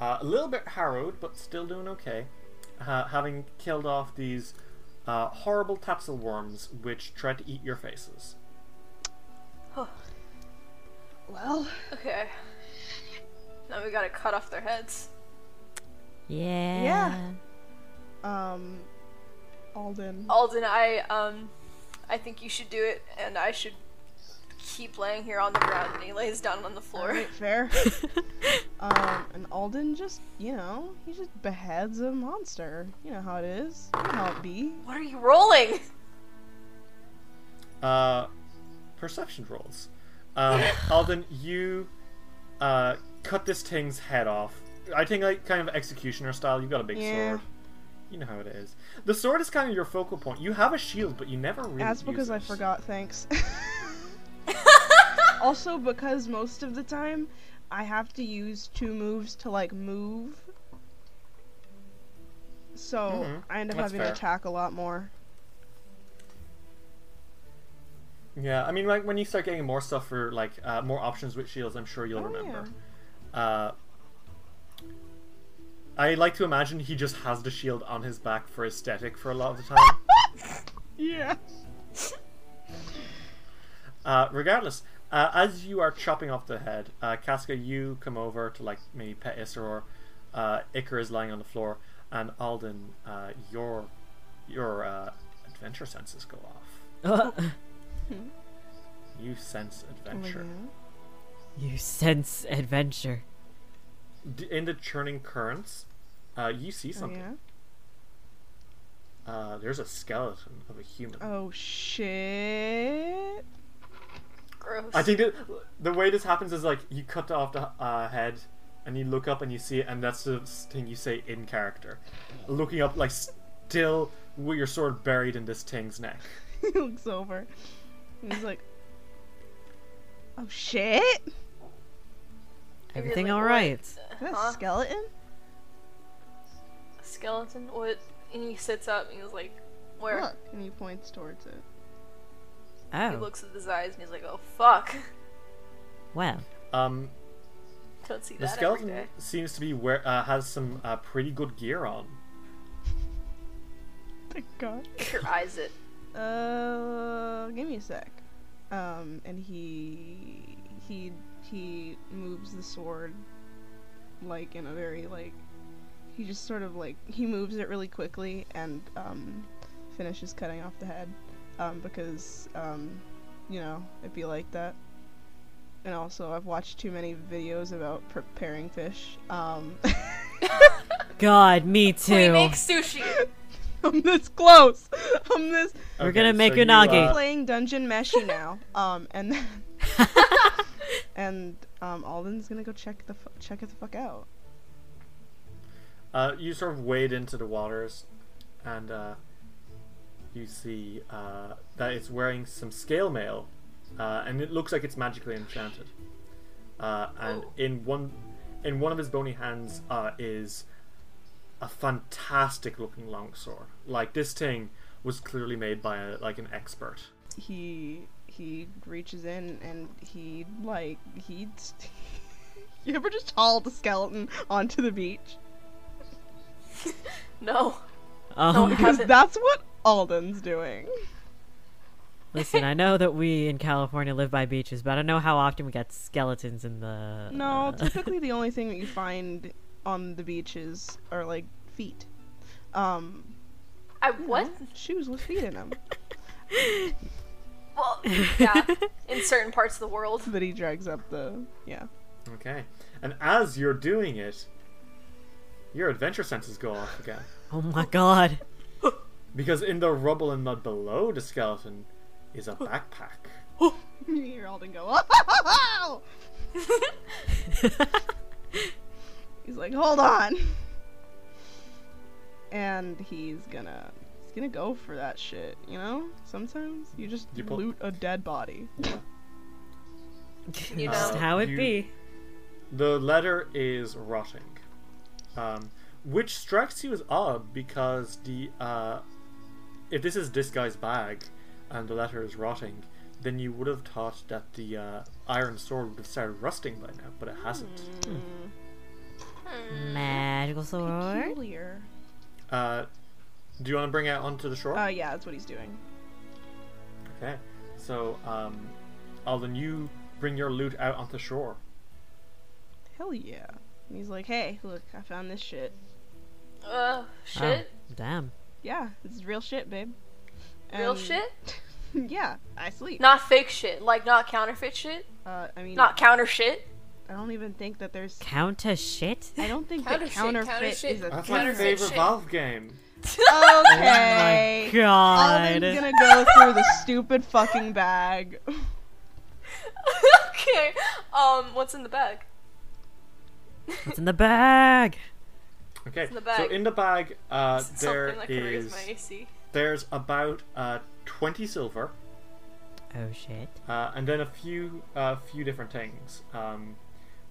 C: uh, a little bit harrowed, but still doing okay, uh, having killed off these uh, horrible tapsil worms which tried to eat your faces.
B: Well,
A: Okay. Now we gotta cut off their heads.
D: Yeah. *laughs*
B: Yeah. um, Alden.
A: Alden, I um, I think you should do it, and I should keep laying here on the ground. And he lays down on the floor.
B: Alright, fair. um, and Alden just, you know, he just beheads a monster. You know how it is. You know how it be.
A: What are you rolling?
C: Uh, perception rolls.
B: *laughs*
C: Um, Alden, you uh, cut this thing's head off. I think like kind of executioner style. You've got a big
B: Yeah.
C: sword. You know how it is. The sword is kind of your focal point. You have a shield, but you never really.
B: That's because
C: use
B: I
C: it.
B: forgot, thanks. also, because most of the time I have to use two moves to, like, move. So
C: Mhm,
B: I end up
C: that's
B: having
C: fair.
B: to attack a lot more.
C: Yeah, I mean, like when you start getting more stuff for like uh, more options with shields, I'm sure you'll
B: Oh,
C: remember. Uh, I like to imagine he just has the shield on his back for aesthetic for a lot of
B: *laughs*
C: the time.
B: Yeah.
C: uh, regardless, uh, as you are chopping off the head, uh, Casca, you come over to like maybe pet Isseror. Uh, Icar is lying on the floor, and Alden, uh, your your uh, adventure senses go off.
D: Oh,
C: You
B: Oh,
C: sense adventure.
D: you sense adventure.
C: D- in the churning currents, uh, you see
B: Oh,
C: something.
B: yeah.
C: Uh, there's a skeleton of a human.
B: Oh, shit.
A: Gross.
C: I think that the way this happens is like you cut off the uh, head, and you look up and you see it, and that's the s- thing you say in character, looking up like still with your sword buried in this thing's neck.
B: *laughs* he looks over. And he's like, "Oh shit!
D: Everything
A: Really,
D: all
A: what?
D: right.
B: Is that
A: Huh?
B: a skeleton?
A: Skeleton. What? And he sits up and he's like, "Where?"
B: Look!" And he points towards it. *laughs*
A: He
D: Oh,
A: looks at his eyes and he's like, "Oh fuck." *laughs*
D: well.
C: Um,
A: Don't see
C: the
A: that every
C: skeleton
A: day.
C: seems to be where uh, has some uh, pretty good gear on.
B: Thank God.
A: Your eyes
D: *laughs*
A: it.
B: Uh, give me a sec. Um, and he he he moves the sword like in a very like he just sort of like he moves it really quickly and um finishes cutting off the head um because um you know it'd be like that and also I've watched too many videos about preparing fish um *laughs*
D: God, me
A: *laughs*
D: too.
A: We make sushi.
B: I'm this close I'm this
D: We're
C: Okay,
D: gonna make
C: so you,
D: unagi.
C: uh,
B: playing Dungeon Meshi now. Um, and then *laughs* and um, Alden's gonna go check the fu- check it the fuck out.
C: Uh, you sort of wade into the waters, and uh, you see uh, that it's wearing some scale mail, uh, and it looks like it's magically enchanted. Uh, and
A: Oh.
C: in one, in one of his bony hands uh, is a fantastic-looking longsword. Like this thing was clearly made by a, like an expert.
B: He he reaches in and he like he. *laughs* you ever just hauled a skeleton onto the beach?
A: No.
D: Um,
A: No, it
B: *laughs* Because
D: Oh,
A: hasn't.
B: that's what Alden's doing.
D: *laughs* Listen, I know that we in California live by beaches, but I don't know how often we got skeletons in the. uh, *laughs*
B: No, typically the only thing that you find on the beaches are like feet. Um,
A: I what?
B: shoes with feet in them
D: *laughs*
A: Well, yeah. In certain parts of the world.
B: that he drags up the. *laughs* Yeah.
C: Okay. And as you're doing it, your adventure senses go off again.
D: oh my god.
C: Because in the rubble and mud below the skeleton is a backpack.
B: You're all and go. *laughs* "Whoa!" He's like, hold on. And he's gonna he's gonna go for that shit, you know? Sometimes you just
C: You pull-
B: loot a dead body.
A: You
D: Just
A: know.
D: how it
C: You-
D: be.
C: The letter is rotting, um, which strikes you as odd because the uh, if this is this guy's bag and the letter is rotting, then you would have thought that the uh, iron sword would have started rusting by now, but it hasn't.
D: Magical sword.
B: Peculiar.
C: Uh, do you want to bring it onto the shore?
B: Uh, yeah, that's what he's doing.
C: Okay. So, um, Alden, you bring your loot out onto shore.
B: Hell yeah. And he's like, hey, look, I found this shit.
A: Uh, shit.
D: Oh, damn.
B: Yeah, it's real shit, babe.
A: Real
D: Oh.
C: Um,
B: And-
A: shit.
B: *laughs* Yeah, I sleep.
A: Not fake shit. Like not counterfeit shit.
B: Uh, I mean,
A: Not counter shit.
B: I don't even think
A: *laughs*
B: that there's.
D: Counter shit?
B: I don't think that
A: Counterfeit,
B: counterfeit
A: counterfeit.
B: is a
C: That's
B: thing.
C: my
A: Counterfeit
C: favorite
A: shit.
C: Valve game.
B: Okay.
D: Oh God.
B: Alden's gonna go through the stupid fucking bag.
A: *laughs*
B: *laughs*
A: okay. Um, what's in the bag?
D: What's in the bag?
C: Okay.
A: the bag.
C: So in the bag, uh, there
A: Something that could raise
C: is
A: my AC.
C: there's about uh, twenty silver,
D: Oh shit.
C: uh, and then a few uh, few different things. Um,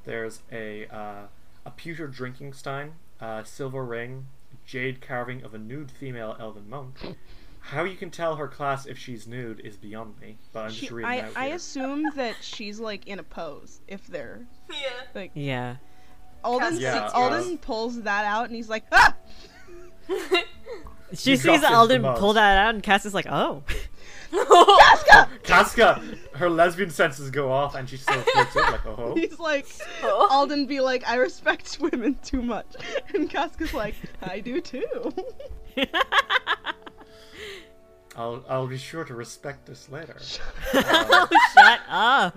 C: there's a uh, a pewter drinking stein, a silver ring, jade carving of a nude female elven monk. How you can tell her class if she's nude is beyond me, but I'm
B: She-
C: just reading
B: I,
C: out
B: I
C: here.
B: assume that she's like in a pose. If they're
A: *laughs* Yeah. *laughs*
B: like
D: Yeah.
B: Alden,
C: Yeah,
B: Alden
C: uh,
B: pulls that out and he's like, ah,
D: She
C: You dropped
D: sees
C: it the
D: Alden pull
C: most.
D: that out, and Cass is like, "Oh, *laughs*
C: Casca, her lesbian senses go off, and she still floats in like, oh.
B: he's like, Alden be like, I respect *laughs* women too much, and Casca's like, I do too. *laughs*
C: I'll I'll be sure to respect this later.
D: shut up."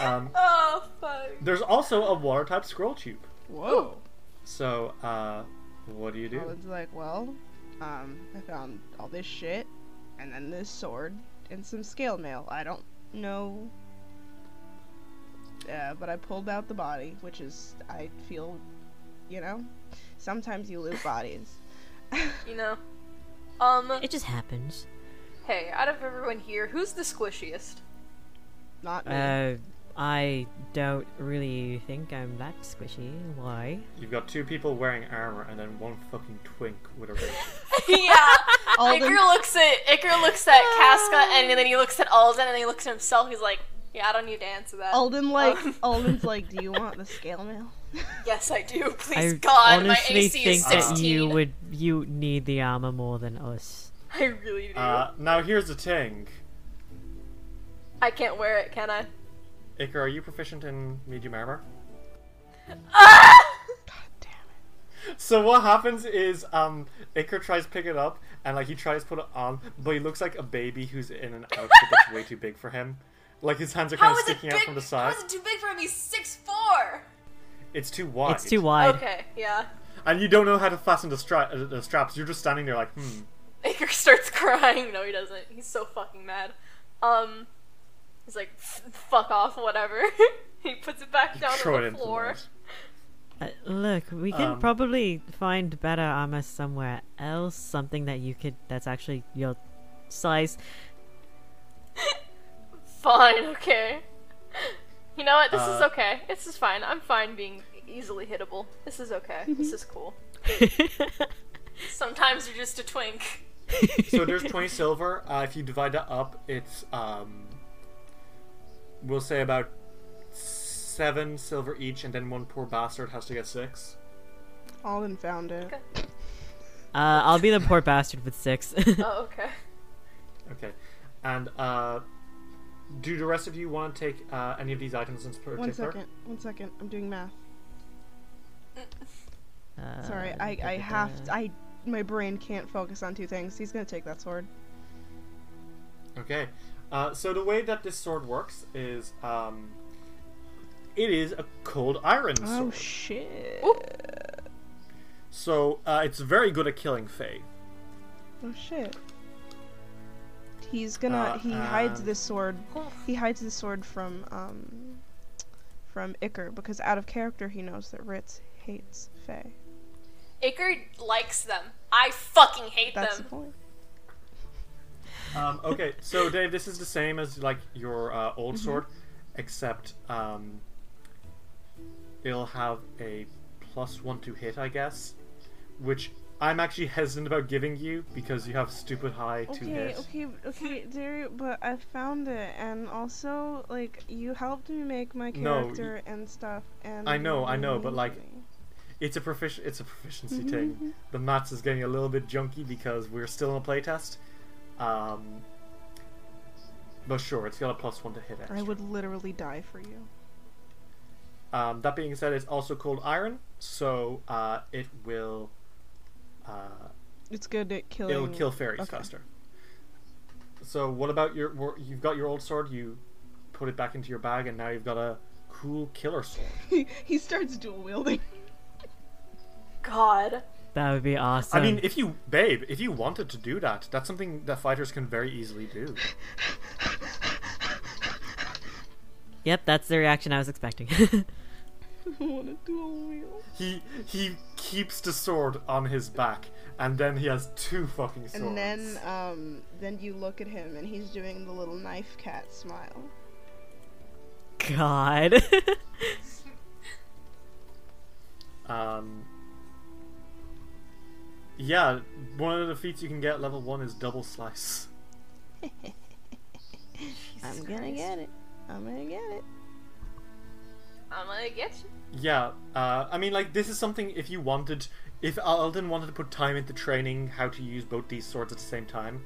C: Um,
A: Oh fuck.
C: there's also a water type scroll tube.
B: Whoa.
C: So, uh, what do you do?
B: Alden's like, well, um, I found all this shit, and then this sword and some scale mail. I don't know. Uh, but I pulled out the body, which is I feel, you know, sometimes you lose bodies.
A: You know. Um.
D: It just happens.
A: Hey, out of everyone here, who's the *laughs* squishiest?
B: Not me.
D: Uh, I don't really think I'm that squishy. Why?
C: You've got two people wearing armor, and then one fucking twink with a ring.
A: yeah.
B: Alden- Ah.
A: Iker looks at Iker looks at Casca and then he looks at Alden and then he looks at himself. He's like, "Yeah, I don't need to answer that."
B: Alden like
D: *laughs*
A: Um. *laughs*
B: Alden's like, do you want the scale mail? *laughs*
A: yes, I do. Please,
D: I
A: God, my
D: honestly
A: AC
D: think
A: is
D: that
A: sixteen.
D: you would you need the armor more than us.
A: I really do.
C: Uh, now here's the thing.
A: I can't wear it, can I?
C: Iker, are you proficient in medium armor?
A: Ah!
B: Damn it.
C: So what happens is, um, Iker tries to pick it up, and like he tries to put it on, but he looks like a baby who's in an outfit that's way too big for him. Like his hands are kind
A: How
C: of
A: is it
C: sticking
A: big?
C: out from the
A: How
C: side.
A: is it too big for him? He's six four.
C: It's too wide.
D: It's too wide.
A: Okay, yeah.
C: And you don't know how to fasten the, stra- uh, the straps. You're just standing there like, hmm.
A: Iker starts crying. No, he doesn't. He's so fucking mad. Um, he's like, "F- "Fuck off, whatever." *laughs* he puts it back down
C: Throw it
A: on the
C: into the
A: floor.
C: water.
D: Uh, look, we can
C: Um,
D: probably find better armor somewhere else. Something that you could that's actually your size.
A: Fine, okay. You know what? This is
C: Uh,
A: okay. This is fine. I'm fine being easily hittable. This is okay. This is cool. Sometimes you're just a twink.
C: *laughs*
D: *laughs*
C: So there's 20 silver. Uh, if you divide that up, it's, um, we'll say about seven silver each, and then one poor bastard has to get six.
B: Alden found it. Oh,
D: Uh, I'll be the poor bastard with six. *laughs*
A: Oh, okay.
C: Okay. And uh, do the rest of you want to take uh, any of these items in particular?
B: One second. One second. I'm doing math.
D: Uh,
B: Sorry, I, I have to, I my brain can't focus on two things. He's gonna take that sword.
C: Okay. Uh, so the way that this sword works is, um, it is a cold iron
B: Oh,
C: sword.
B: shit.
C: so uh, it's very good at killing Fae.
B: Oh shit. He's gonna
C: Uh,
B: he hides
C: um,
B: this sword he hides this sword from um from Iker because out of character he knows that Ritz hates Faye.
A: Iker likes them. I fucking hate
B: That's the
A: them.
B: point.
C: Um, okay, so Dave, this is the same as like your uh, old
B: Mm-hmm.
C: sword, except um, it'll have a plus one to hit, I guess, which I'm actually hesitant about giving you because you have stupid high to
B: Okay,
C: hit.
B: okay, *laughs* okay, Dario, but I found it and also like you helped me make my
C: No, y-
B: character and stuff and
C: I know, I know, but, like,
B: money.
C: It's a profici- It's a proficiency
B: Mm-hmm,
C: thing. The maths is getting a little bit junky because we're still in a playtest. Um, but sure, it's got a plus one to hit. Extra.
B: I would literally die for you.
C: Um, that being said, it's also called iron, so uh, it will uh,
B: It's good at killing
C: it'll kill fairies
B: okay.
C: faster. So what about your? wor- You've got your old sword. You put it back into your bag, and now you've got a cool killer sword.
B: *laughs* he starts dual wielding. *laughs*
A: God.
D: That would be awesome.
C: I mean, if you, babe, if you wanted to do that, that's something that fighters can very easily
B: *laughs*
C: do.
D: yep, that's the reaction I was expecting. *laughs*
B: I want a dual wield.
C: He he keeps the sword on his back, and then he has two fucking swords.
B: And then, um, then you look at him, and he's doing the little knife cat smile.
D: God. *laughs*
C: Um, yeah, one of the feats you can get at level one is double slice.
B: I'm gonna get it. I'm gonna get it.
A: I'm gonna get you.
C: Yeah, uh, I mean, like this is something if you wanted, if Alden wanted to put time into training how to use both these swords at the same time,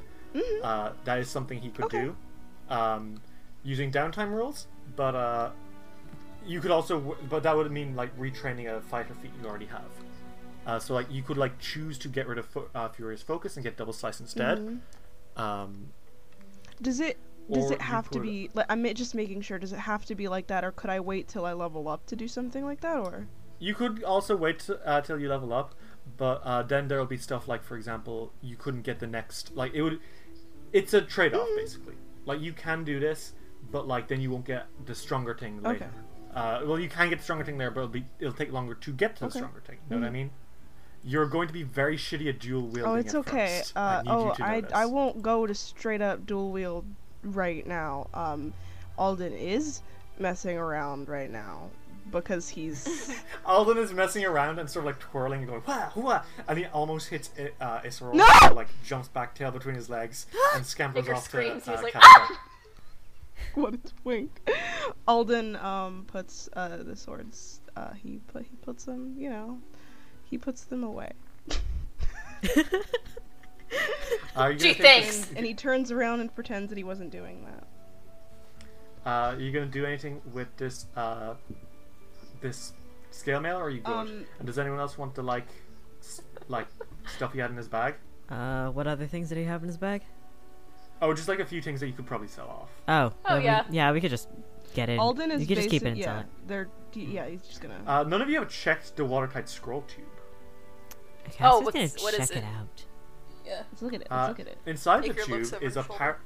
C: uh, that is something he could
B: Okay.
C: do, um, using downtime rules. But uh, you could also, w- but that would mean like retraining a fighter feat you already have. Uh, so like you could like choose to get rid of fo- uh, Furious Focus and get double slice instead. Um,
B: Does it? Does
C: Or
B: it
C: you
B: have to
C: could-
B: be? Like, I'm just making sure. Does it have to be like that, or could I wait till I level up to do something like that? Or
C: You could also wait t- uh, till you level up, but uh, then there will be stuff like, for example, you couldn't get the next. Like it would, it's a trade
B: Mm.
C: off basically. Like you can do this, but like then you won't get the stronger thing later. Uh, well, you can get the stronger thing there, but it'll be it'll take longer to get to the
B: Okay. Mm.
C: stronger thing. You know what I mean? You're going to be very shitty at dual wielding.
B: oh, it's
C: at
B: okay.
C: first. I
B: Uh,
C: need you
B: oh,
C: to know
B: I
C: this.
B: I won't go to straight up dual wield right now. Um, Alden is messing around right now because he's
C: Alden is messing around and sort of like twirling and going wah wah, and he almost hits I- uh, Isseror,
B: No!
C: who, like jumps back, tail between his
B: *gasps*
C: legs, and scampers
A: Iker
C: off
A: screams,
C: to
A: he's
C: uh,
A: like, "Ah!"
C: catch up.
B: *laughs* what is wink? Alden um puts uh the swords uh he put he puts them you know he puts them away
C: Uh, you're
A: Gee,
C: gonna take
A: thanks.
C: this-
B: and he turns around and pretends that he wasn't doing that.
C: Uh, are you gonna do anything with this uh, this scale mail, or are you good?
B: Um,
C: and does anyone else want to like s- like stuff he had in his bag?
D: uh, what other things did he have in his bag?
C: Oh, just like a few things that you could probably sell off.
D: Oh.
A: Oh,
D: then we-
A: yeah.
D: yeah, we could just get it.
B: Alden is
D: You could just keep it
B: basi-
D: and sell
B: yeah
D: it.
B: they're yeah he's just gonna
C: Uh, none of you have checked the watertight scroll tube.
D: Okay, I was
A: Oh,
D: just gonna
A: what's- what is
D: check
A: it?
D: it out.
A: Yeah.
B: let's look at it
C: Uh,
B: let's look at it.
C: Inside the
A: Iker looks
C: tube
A: over
C: is
A: the
C: a
A: shoulder.
C: par-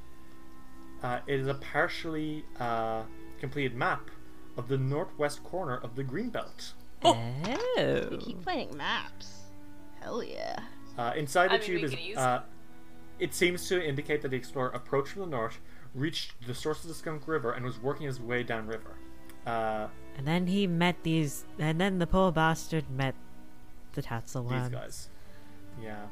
C: uh, it is a partially uh, completed map of the northwest corner of the green belt.
D: Oh.
B: playing maps. Hell yeah.
C: Uh, inside the
A: I mean, we
C: tube
A: can
C: is.
A: use-
C: Uh, it seems to indicate that the explorer approached from the north, reached the source of the Skunk River, and was working his way downriver. Uh,
D: And then he met these, and then the poor bastard met the
C: these
D: Tatsalwan.
C: guys. Yeah.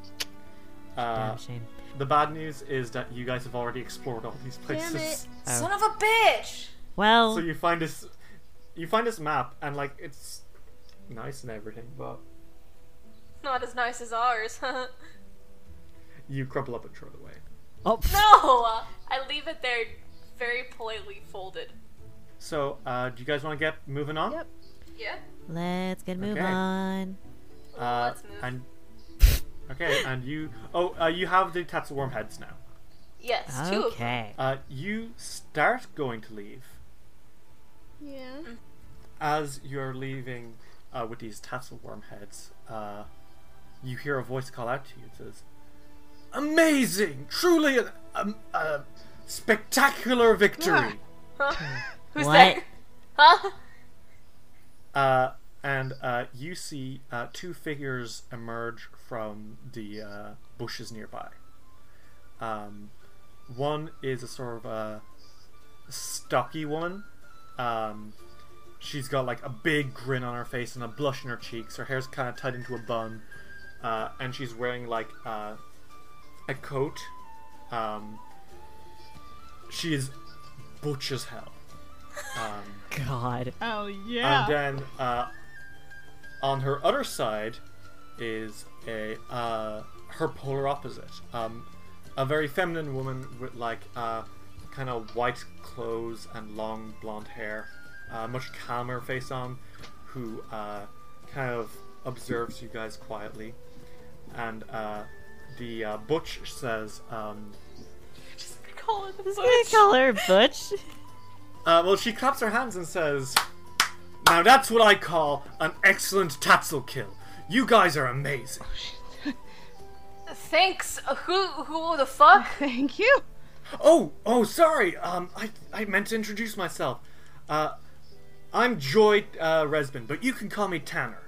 D: Damn
C: Uh,
D: shame.
C: the bad news is that you guys have already explored all these places.
D: Oh.
A: Son of a bitch!
D: Well,
A: Oh.
C: So you find this, you find this map, and like it's nice and everything, but
A: Not as nice as ours, *laughs* huh?
C: you crumple up and throw it away.
D: Oh, pff,
A: No! I leave it there very politely folded.
C: So, uh, do you guys want to get moving on?
B: Yep.
A: Yeah?
D: let's get move
C: Okay.
D: on.
C: Uh,
A: Let's move.
C: and okay, and you. Oh, uh, you have the Tatsu worm heads now.
A: Yes, two of them.
D: Okay.
C: Uh, you start going to leave.
B: Yeah.
C: As you're leaving uh, with these tassel worm heads, uh, you hear a voice call out to you. It says, "Amazing! Truly an, um, a spectacular victory!"
A: Who's
D: What?
A: there? Huh?
C: Uh, and uh, you see uh, two figures emerge from the uh, bushes nearby. Um, one is a sort of a stocky woman. Um, she's got like a big grin on her face and a blush in her cheeks. Her hair's kind of tied into a bun, uh, and she's wearing like uh, a coat. Um, she is butch as hell. Um,
D: God.
B: Oh
C: and
B: yeah.
C: then uh, on her other side is a uh, her polar opposite, um, a very feminine woman with like uh, kind of white clothes and long blonde hair, uh, much calmer face on, who uh, kind of observes you guys quietly, and uh, the uh, butch says, um,
A: Just call it the
D: I
A: *laughs* butch.
D: call her Butch.
C: uh, "Well, she claps her hands and says." Now that's what I call an excellent Tatzel kill. You guys are amazing.
A: Thanks. Uh, who who the fuck?
B: *laughs* Thank you.
C: Oh, oh, sorry. Um, I, I meant to introduce myself. Uh, I'm Joy uh, Resbin, but you can call me Tanner.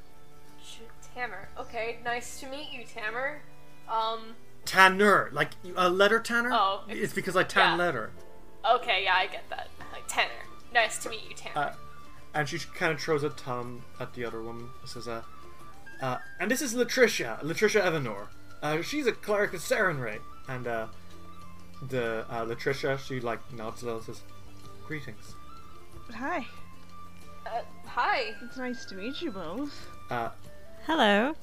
A: Tamer. Okay, nice to meet you, Tamer. Um.
C: Tanner, like a letter Tanner.
A: Oh,
C: it's, because I tan
A: yeah.
C: letter.
A: Okay, yeah, I get that. Like Tanner. Nice to meet you, Tanner.
C: Uh, and she kind of throws a tongue at the other woman. Says, uh, uh, and this is Latricia, Latricia Evanor. Uh, she's a cleric of Serenray. And uh, the uh, Latricia, she like nods a little, says, "Greetings."
B: Hi.
A: Uh, hi.
B: It's nice to meet you both.
C: Uh,
D: Hello.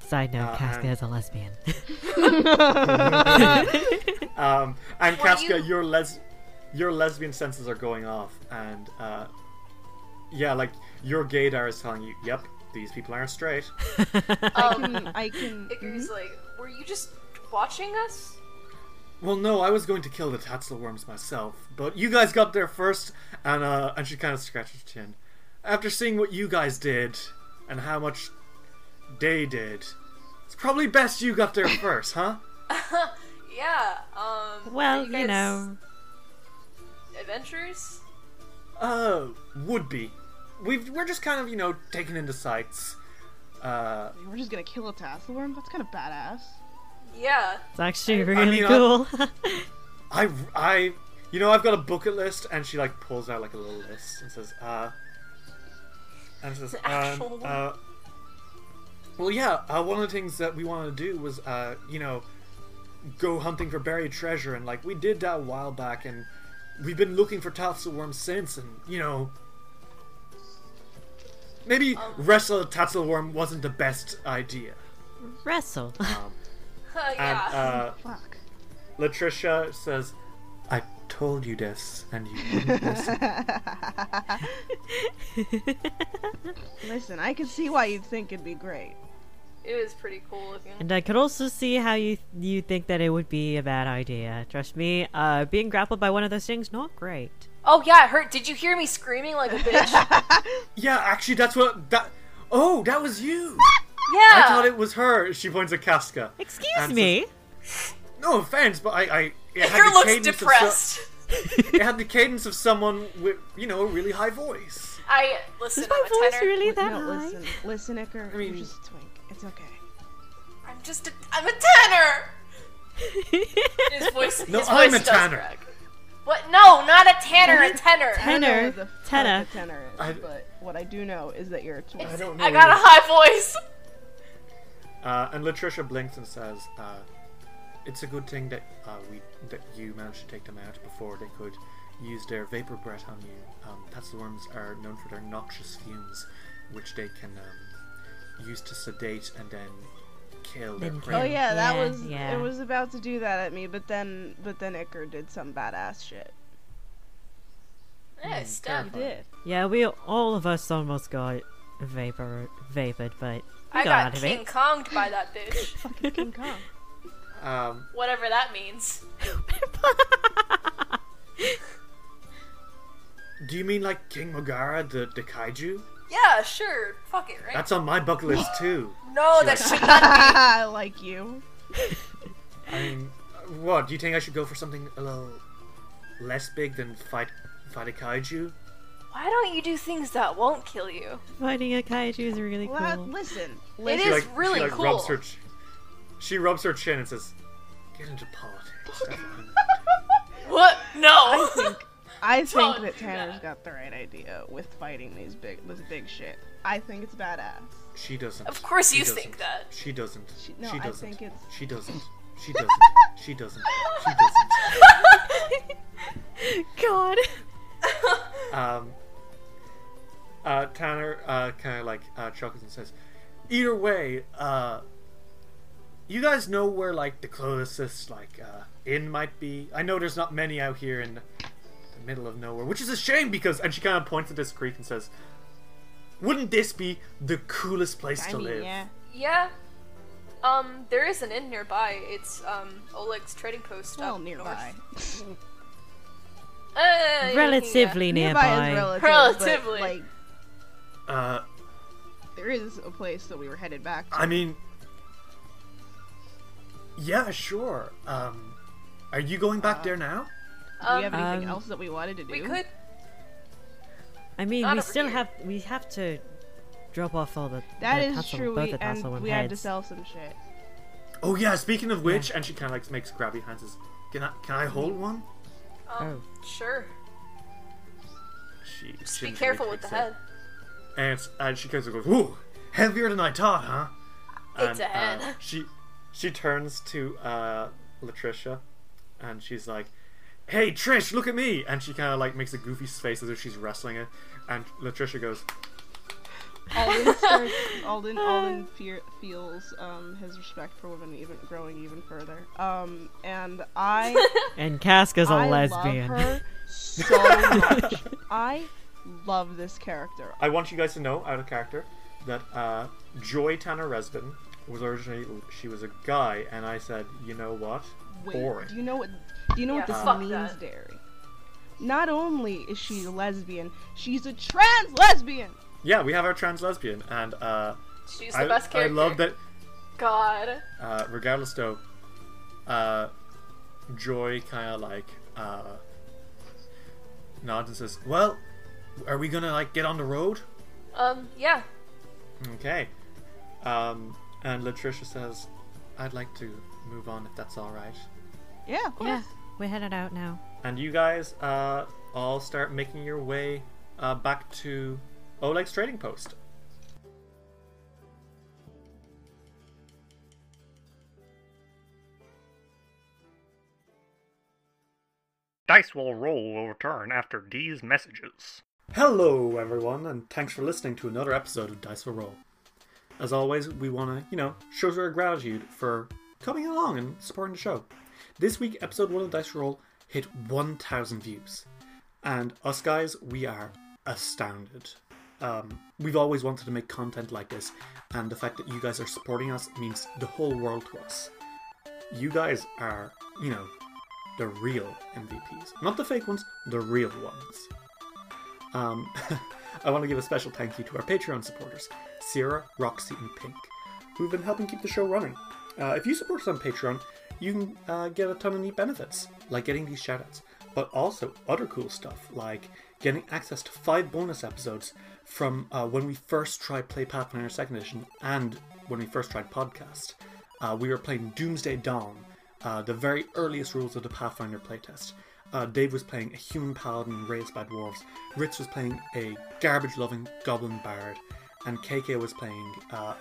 D: Side note:
C: Uh,
D: Casca
C: and-
D: is a lesbian. *laughs*
C: Um, and
A: Well,
C: Casca,
A: you-
C: your les- your lesbian senses are going off, and uh, yeah, like your gaydar is telling you, "Yep, these people aren't straight."
B: I can. I can. *laughs*
A: Igor's
D: mm-hmm.
A: like, were you just watching us?
C: well, no, I was going to kill the Tatzel worms myself, but you guys got there first, and uh, and she kind of scratched her chin. After seeing what you guys did and how much they did, it's probably best you got there first, huh?
A: Yeah. Um.
D: well,
A: are
D: you,
A: guys
D: know,
A: Adventures.
C: Oh, would be. We've, we're just kind of, you know, taken into sights. Uh,
B: We're just gonna kill a tassel worm. That's kind of badass.
A: Yeah.
D: it's actually
C: I
D: really
C: mean, I- *laughs*
D: cool. *laughs*
C: I, I, you know, I've got a bucket list, and she like pulls out like a little list and says, uh, and says,
A: An actual
C: um,
A: one.
C: uh, well, yeah, uh, one of the things that we wanted to do was, uh, you know, go hunting for buried treasure, and like we did that a while back, and we've been looking for tassel worms since, and you know, maybe
A: Um,
C: wrestle a tassel worm wasn't the best idea.
D: Wrestle. Um,
A: Uh,
C: And,
A: yeah.
C: uh,
B: Fuck. *laughs*
C: Latricia says, I told you this, and you
A: *laughs*
C: wouldn't listen.
B: Listen, I can see why you'd think it'd be great.
A: it was pretty cool looking.
D: *laughs* And I could also see how you you think that it would be a bad idea. Trust me, uh, being grappled by one of those things not great.
A: oh yeah, it hurt. Did you hear me screaming like a
D: *laughs*
A: bitch? yeah.
C: Yeah, actually, that's what that. Oh, that was you! I thought it was her. She points at Casca.
D: Excuse
C: And
D: me.
C: No offense, but I. I it had
A: Igor
C: the
A: looks
C: cadence of so-
A: depressed.
C: it had the cadence of someone with, you know, a really high voice.
A: I listen.
D: Is my
A: I'm a
D: voice
A: tenor.
D: really that
B: no,
D: high?
B: listen, listen, Icker.
C: mean-
B: you're just a twink. It's okay.
A: I'm just a. I'm a tenor.
B: *laughs*
A: His
D: *laughs*
A: voice.
C: No,
A: his
C: I'm
A: voice
C: a
A: does
C: tenor.
A: crack. What? No, not a tanner. A tenor.
B: I don't know
D: Tenor.
B: what the fuck
D: Tenor.
B: a tenor is,
C: I-
B: but what I do know is that you're a twink.
C: I don't know.
A: I got a high voice.
D: Oh
C: Uh, and Latricia blinks and says, uh, "It's a good thing that uh, we that you managed to take them out before they could use their vapor breath on you. Um, Tassel worms are known for their noxious fumes, which they can um, use to sedate and then kill their
D: Then
C: prey.
B: Oh yeah, that
D: Yeah,
B: was
D: yeah.
B: it was about to do that at me, but then but then Icar did some badass shit.
A: Yeah, stabbed.
C: terrifying. did.
D: Yeah, we all of us almost got vapor vapored, but we
A: I
D: got
A: got
D: out of
A: King
D: it.
A: Konged by that bitch.
D: *laughs*
B: Fucking King *laughs* Kong.
C: Um,
A: Whatever that means.
C: do you mean like King Mogara, the, the kaiju?
A: Yeah, sure. Fuck it, right?
C: That's on my bucket list too.
A: no, that should
B: *laughs*
C: *laughs*
A: not be.
B: I like you.
C: I mean, what? Do you think I should go for something a little less big than fight fight a kaiju?
A: Why don't you do things that won't kill you?
D: Fighting a kaiju is really cool.
B: Well, listen,
A: It
B: listen.
A: is really
C: she, like,
A: cool.
C: Rubs her ch- she rubs her chin and says, "Get into politics." That's what I'm-
A: What? No.
B: I think I think
A: Don't
B: that
A: do
B: Tanner's
A: that.
B: got the right idea with fighting these big this big shit. I think it's badass.
C: she doesn't.
A: Of course
C: She
A: you
C: doesn't.
A: think that.
C: She doesn't.
B: She- no, I
C: doesn't.
B: think it's-
C: She doesn't.
A: *laughs*
C: She doesn't. She doesn't. She
B: *laughs*
C: doesn't.
D: God.
A: *laughs*
C: Um, uh, Tanner uh, kind of like uh, chuckles and says, "Either way, uh, you guys know where like the closest like uh, inn might be. I know there's not many out here in the middle of nowhere, which is a shame because." And she kind of points at this creek and says, "Wouldn't this be the coolest place
B: I
C: to
B: mean,
C: live?"
B: yeah.
A: yeah. Um, there is an inn nearby. It's um Oleg's trading post.
B: Well,
A: up
B: nearby.
A: north. Uh, yeah, yeah, yeah.
D: Relatively nearby.
B: Nearby is relative,
A: Relatively.
B: But, like
C: Uh,
B: there is a place that we were headed back to.
C: I mean, yeah, sure. Um, are you going back
B: Uh,
C: there now?
B: do we have
A: Um,
B: anything
D: Um,
B: else that we wanted to do?
A: we could.
D: I mean,
A: Not
D: we
A: over
D: still
A: here.
D: have we have to drop off all the
B: That
D: the
B: is
D: tassel-
B: true.
D: both
B: We,
D: the
B: and
D: tassel and
B: we had to
D: heads.
B: sell some shit.
C: Oh yeah. Speaking of which, and she kind of like makes grabby hands. Says, can I can I hold one?
D: Oh.
A: Um, Sure.
C: She
A: Just be careful with the head.
C: And it's, and she kind of goes, "Ooh, heavier than I thought, huh?"
A: It's
C: And,
A: a head.
C: uh, she she turns to uh, Latricia, and she's like, "Hey Trish, look at me!" And she kind of like makes a goofy face as if she's wrestling it. And Latricia goes,
B: *laughs* Alden starts. Alden,
A: Uh.
B: Alden fear, feels um, his respect for women even growing even further. Um, and
A: *laughs*
B: I,
D: And Casca's a
B: I
D: lesbian.
B: love her so much. I love this character.
C: I want you guys to know, out of character, that uh, Joy Tanner Resbin was originally she was a guy, and I said, you know what,
B: Wait,
C: boring.
B: do you know what? Do you know what
A: Yeah,
B: this
A: fuck
B: means,
A: that.
B: Derry? Not only is she a lesbian, she's a trans lesbian.
C: Yeah, we have our trans lesbian, and uh,
A: She's the
C: I,
A: best
C: I
A: character.
C: love that.
A: God.
C: Uh, regardless, though, uh, Joy kind of like uh, nods and says, "Well, are we gonna like get on the road?"
A: Um. Yeah.
C: Okay. Um, and Latricia says, "I'd like to move on if that's all right."
B: Yeah, of course.
D: Yeah, *laughs* we're headed out now.
C: And you guys uh, all start making your way uh, back to Oleg's trading post.
E: Dice will roll will return after these messages.
C: Hello, everyone, and thanks for listening to another episode of Dice Will Roll. As always, we want to, you know, show our gratitude for coming along and supporting the show. This week, episode one of Dice Will Roll hit 1,000 views, and us guys, we are astounded. Um, we've always wanted to make content like this, and the fact that you guys are supporting us means the whole world to us. You guys are, you know, the real MVPs. Not the fake ones, the real ones. Um, *laughs* I want to give a special thank you to our Patreon supporters, Sierra, Roxy, and Pink, who've been helping keep the show running. Uh, if you support us on Patreon, you can uh, get a ton of neat benefits, like getting these shoutouts, but also other cool stuff, like getting access to five bonus episodes from uh, when we first tried Play Pathfinder 2nd Edition and when we first tried Podcast. Uh, we were playing Doomsday Dawn, uh, the very earliest rules of the Pathfinder playtest. Uh, Dave was playing a human paladin raised by dwarves. Ritz was playing a garbage loving goblin bard. And KK was playing uh,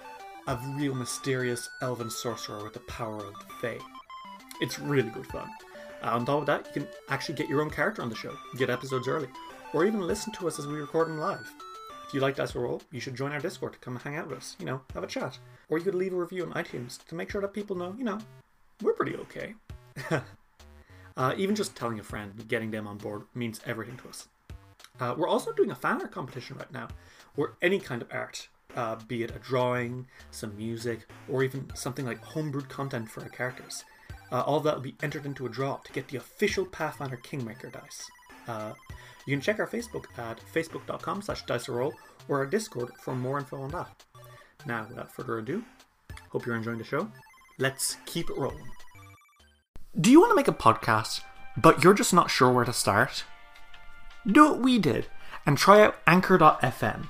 C: a real mysterious elven sorcerer with the power of the Fae. It's really good fun. Uh, on top of that, you can actually get your own character on the show, get episodes early, or even listen to us as we record them live. If you like Dice Will Roll, you should join our Discord. Come hang out with us. You know, have a chat. Or you could leave a review on iTunes to make sure that people know, you know, we're pretty okay. *laughs* uh, even just telling a friend and getting them on board means everything to us. Uh, we're also doing a fan art competition right now, where any kind of art, uh, be it a drawing, some music, or even something like homebrewed content for our characters, uh, all of that will be entered into a draw to get the official Pathfinder Kingmaker dice. Uh, you can check our Facebook at facebook.com slash diceroll or our Discord for more info on that. Now, without further ado, hope you're enjoying the show. Let's keep it rolling. Do you want to make a podcast, but you're just not sure where to start? Do what we did and try out Anchor.fm.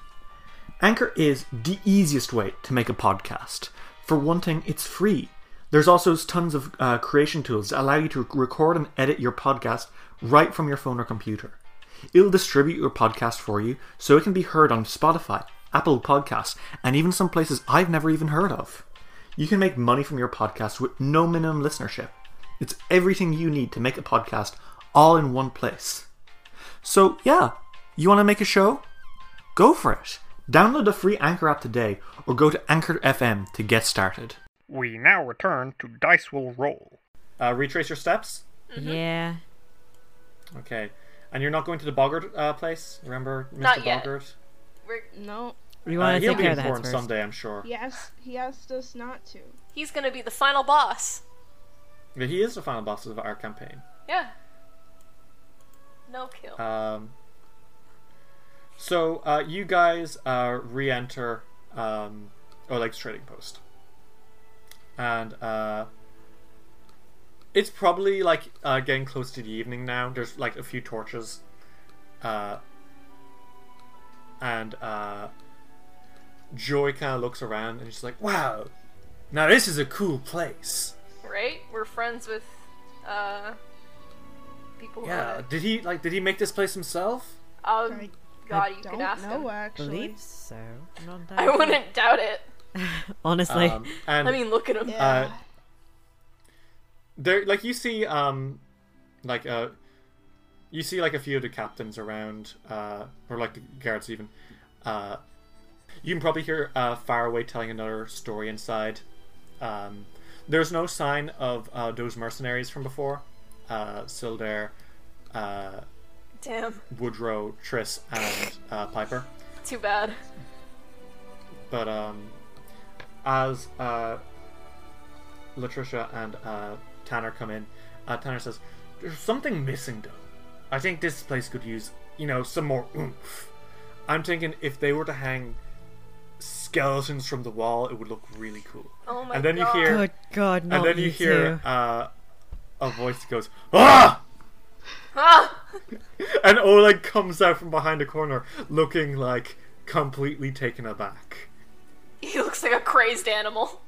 C: Anchor is the easiest way to make a podcast. For one thing, it's free. There's also tons of uh, creation tools that allow you to record and edit your podcast right from your phone or computer. It'll distribute your podcast for you so it can be heard on Spotify, Apple Podcasts, and even some places I've never even heard of. You can make money from your podcast with no minimum listenership. It's everything you need to make a podcast all in one place. So, yeah, you want to make a show? Go for it. Download the free Anchor app today or go to Anchor FM to get started.
E: We now return to Dice Will Roll.
C: Uh, retrace your steps.
A: Mm-hmm.
D: Yeah.
C: Okay. And you're not going to the Boggart uh, place? Remember, Mr.
A: Not yet.
C: Boggart?
A: We're,
B: No.
D: We
C: Uh,
D: want to
C: he'll
D: take
C: be
D: care of that
C: informed
D: first.
C: someday, I'm sure.
F: He asked, he asked us not to.
A: he's gonna be the final boss.
C: Yeah, He is the final boss of our campaign.
A: Yeah. No kill.
C: Um, so uh, you guys uh, re-enter um, Oleg's trading post, and uh, it's probably like uh, getting close to the evening now. There's like a few torches, uh, and uh, Joy kind of looks around and she's like, "Wow, now this is a cool place."
A: right? We're friends with uh people. who
C: Yeah,
A: are-
C: did he like? Did he make this place himself?
A: Oh
F: I-
A: God,
D: I
A: you
F: Don't
A: could ask
F: know,
A: him.
F: actually.
D: Believe so. Not that
A: I wouldn't doubt it.
D: Honestly,
C: Um, and
A: I mean, look at him.
F: Yeah.
C: Uh, there like you see um like uh you see like a few of the captains around uh or like the guards even uh you can probably hear uh far away telling another story inside um there's no sign of uh those mercenaries from before uh still there uh
A: Damn,
C: woodrow triss and uh piper
A: too bad.
C: But um, as uh, Latricia and uh, Tanner come in, uh, Tanner says, "There's something missing, though. I think this place could use, you know, some more oomph. I'm thinking if they were to hang skeletons from the wall, it would look really cool."
A: Oh my
C: and then
A: God.
C: you hear,
D: good God, not
C: and then you
D: you
C: hear *laughs*
D: two.
C: uh, a voice that goes, "Ah!"
A: Ah!
C: And Oleg comes out from behind a corner, looking like completely taken aback.
A: *laughs* He looks like a crazed animal.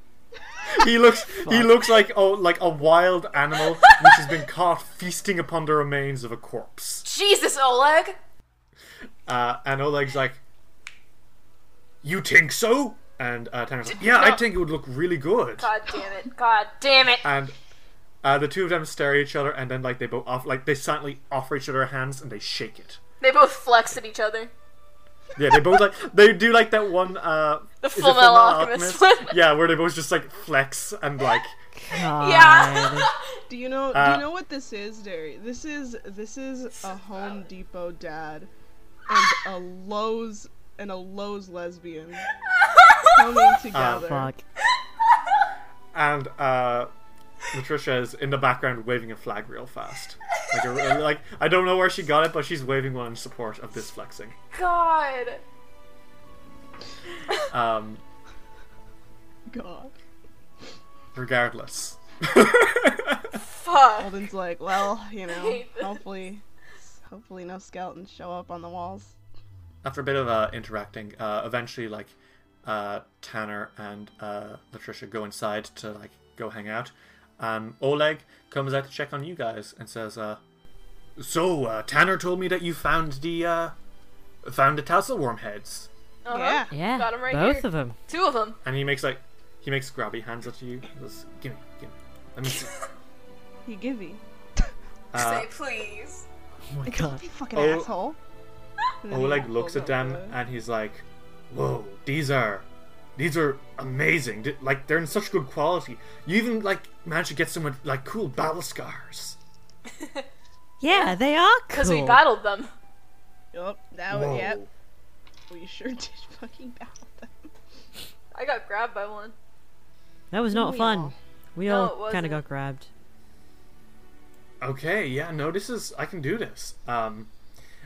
C: He looks he looks like oh like a wild
A: *laughs*
C: animal which has been caught feasting upon the remains of a corpse.
A: Jesus, Oleg.
C: Uh, and Oleg's like, "You think so?" And uh, Tanner's like, "Yeah, I think it would look really good."
A: God damn it. God damn it.
C: And uh, the two of them stare at each other, and then like they both off like they silently offer each other hands and they shake it.
A: They both flex at each other.
C: Yeah, they both like they do like that one. Uh,
A: The
C: is it
A: Full
C: Full
A: Metal
C: Metal
A: Alchemist one.
C: yeah, where they both just like flex
A: *laughs*
C: and like
D: Ah,
A: Yeah.
B: Do you know? do
C: Uh,
B: you know what this is, Derry? This is this is a Home Depot dad and a Lowe's and a
A: *laughs*
B: Lowe's lesbian
C: Uh,
B: coming together.
D: Fuck.
C: and uh, Patricia is in the background waving a flag real fast. Like, a, like I don't know where she got it, but she's waving one in support of this flexing.
A: *laughs* God.
C: Um,
B: God.
C: regardless,
A: Fuck.
B: Alden's like, well, you know,
A: hate this.
B: hopefully, hopefully no skeletons show up on the walls.
C: after a bit of uh, interacting, uh, eventually like uh, Tanner and uh, Latricia go inside to like go hang out. Um, Oleg comes out to check on you guys and says, uh, "So uh, Tanner told me that you found the uh, found the tassel worm heads."
A: Uh-huh.
B: Yeah.
D: Yeah.
A: Got 'em right
D: both
A: here.
D: of them.
A: Two of them.
C: And he makes like he makes grabby hands at you. He goes, "Gimme, gimme, let me see."
B: He givey.
C: Uh,
A: Say please.
D: Oh my
B: Don't
D: God. *laughs*
B: be fucking
A: *laughs*
C: Oh.
B: asshole. And then he *laughs*
C: Oleg
B: pulls
C: looks at
B: out
C: them
B: the-
C: and he's like, "Whoa, these are, these are amazing. Th- Like they're in such good quality. You even like managed to get some with, like cool battle scars.
D: Yeah, they are cool.
A: Because we battled them.
B: Yup, that
C: Whoa,
B: was, Oh, yep. We sure *laughs* did fucking battle them.
A: I got grabbed by one.
D: That was not
F: We
D: fun.
F: all-
D: We
A: No, it
D: all kind
A: wasn't.
D: of got grabbed.
C: okay, yeah, no, this is I can do this." Um,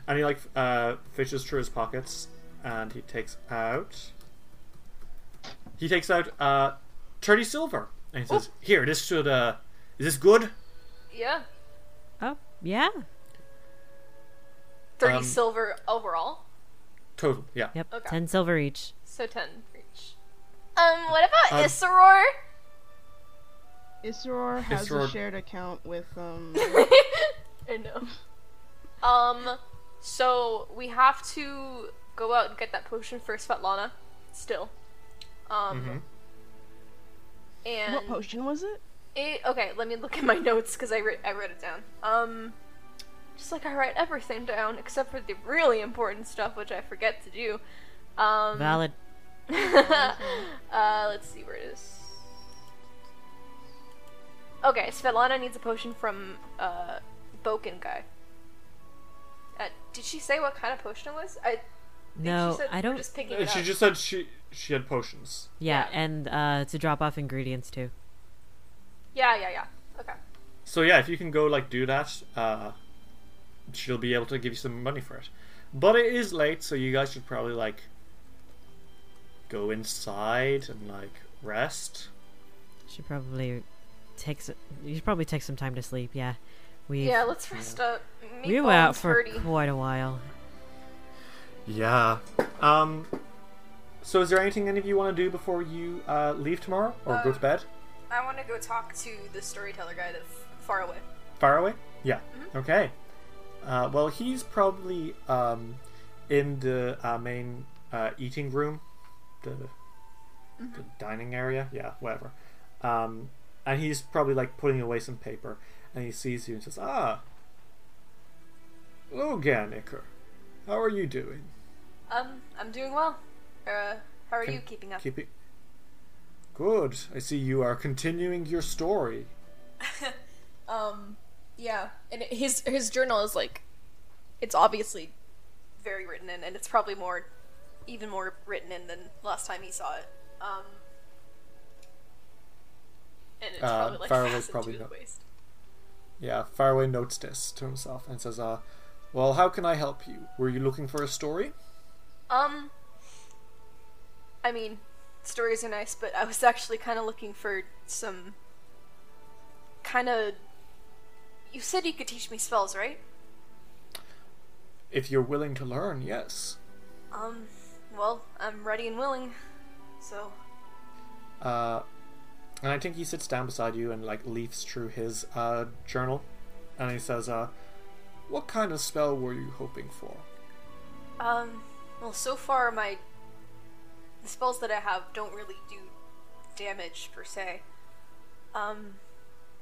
C: and he like f- uh fishes through his pockets and he takes out, he takes out uh thirty silver and he says, "Here, this should uh, is this good?"
A: Yeah.
D: Oh, yeah.
A: 30
C: Um,
A: silver overall.
C: Total, yeah.
D: Yep.
A: Okay.
D: 10 silver each.
A: So 10 for each. Um, what about
C: Um,
A: Isseror?
B: Isror has a
C: Isror-
B: shared account with, um,
A: *laughs* I know. Um, so we have to go out and get that potion for Svetlana. Still. Um,
C: Mhm.
A: and.
B: what potion was it?
A: It, okay, let me look at my *laughs* notes because I, writ I wrote it down. Um, just like I write everything down except for the really important stuff, which I forget to do. Um,
D: Valid.
A: *laughs* uh, let's see where it is. Okay, Svetlana needs a potion from uh, Boken guy. Uh, did she say what kind of potion it was? I think
D: No,
A: Uh, she said
D: I
A: we're
D: don't.
A: Just picking
C: And
A: it
C: Uh, she
A: up.
C: just said she she had potions.
D: Yeah,
A: yeah.
D: and uh, to drop off ingredients too.
A: Yeah, yeah, yeah. Okay.
C: So yeah, if you can go like do that, uh, she'll be able to give you some money for it. But it is late, so you guys should probably like go inside and like rest.
D: Should probably take. s you should probably take some time to sleep. Yeah, we
A: Yeah, let's uh, rest up.
D: we were out for quite a while. *laughs*
C: Yeah. Um. So is there anything any of you want to do before you uh, leave tomorrow or
A: Uh,
C: go to bed?
A: I want to go talk to the storyteller guy that's far away.
C: Far away? Yeah.
A: Mm-hmm.
C: Okay. Uh, well, he's probably um, in the uh, main uh, eating room, the,
A: Mm-hmm.
C: the dining area. Yeah, whatever. Um, and he's probably like putting away some paper, and he sees you and says, "Ah, Loganiker, how are you doing?
A: Um, I'm doing well. Uh, how are
C: Can-
A: you keeping up?
C: Keep it good. I see you are continuing your story.
A: Um, yeah. And it- his his journal is like, it's obviously very written in, and it's probably more, even more written in than last time he saw it. Um, and it's
C: Uh,
A: probably like *laughs*
C: Farrell would
A: fastened
C: probably
A: to his
C: know.
A: waist.
C: Yeah, Faraway notes this to himself and says, uh, Well, how can I help you? Were you looking for a story?
A: Um, I mean, stories are nice, but I was actually kind of looking for some kind of. You said you could teach me spells, right?
C: If you're willing to learn, yes.
A: Um, well, I'm ready and willing. So,
C: Uh, and I think he sits down beside you and, like, leafs through his uh, journal. And he says, uh, What kind of spell were you hoping for?
A: um, well, so far my the spells that I have don't really do damage per se. Um,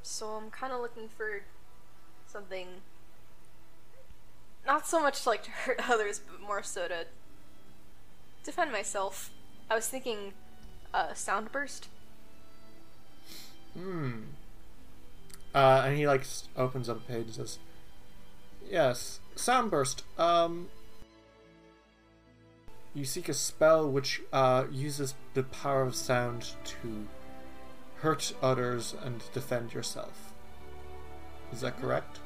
A: so I'm kind of looking for something not so much like to hurt *laughs* others, but more so to defend myself. I was thinking, uh, sound burst.
C: Hmm. Uh, and he like s- opens up a page and says, "Yes, soundburst. Um, you seek a spell which uh, uses the power of sound to hurt others and defend yourself. Is that correct?"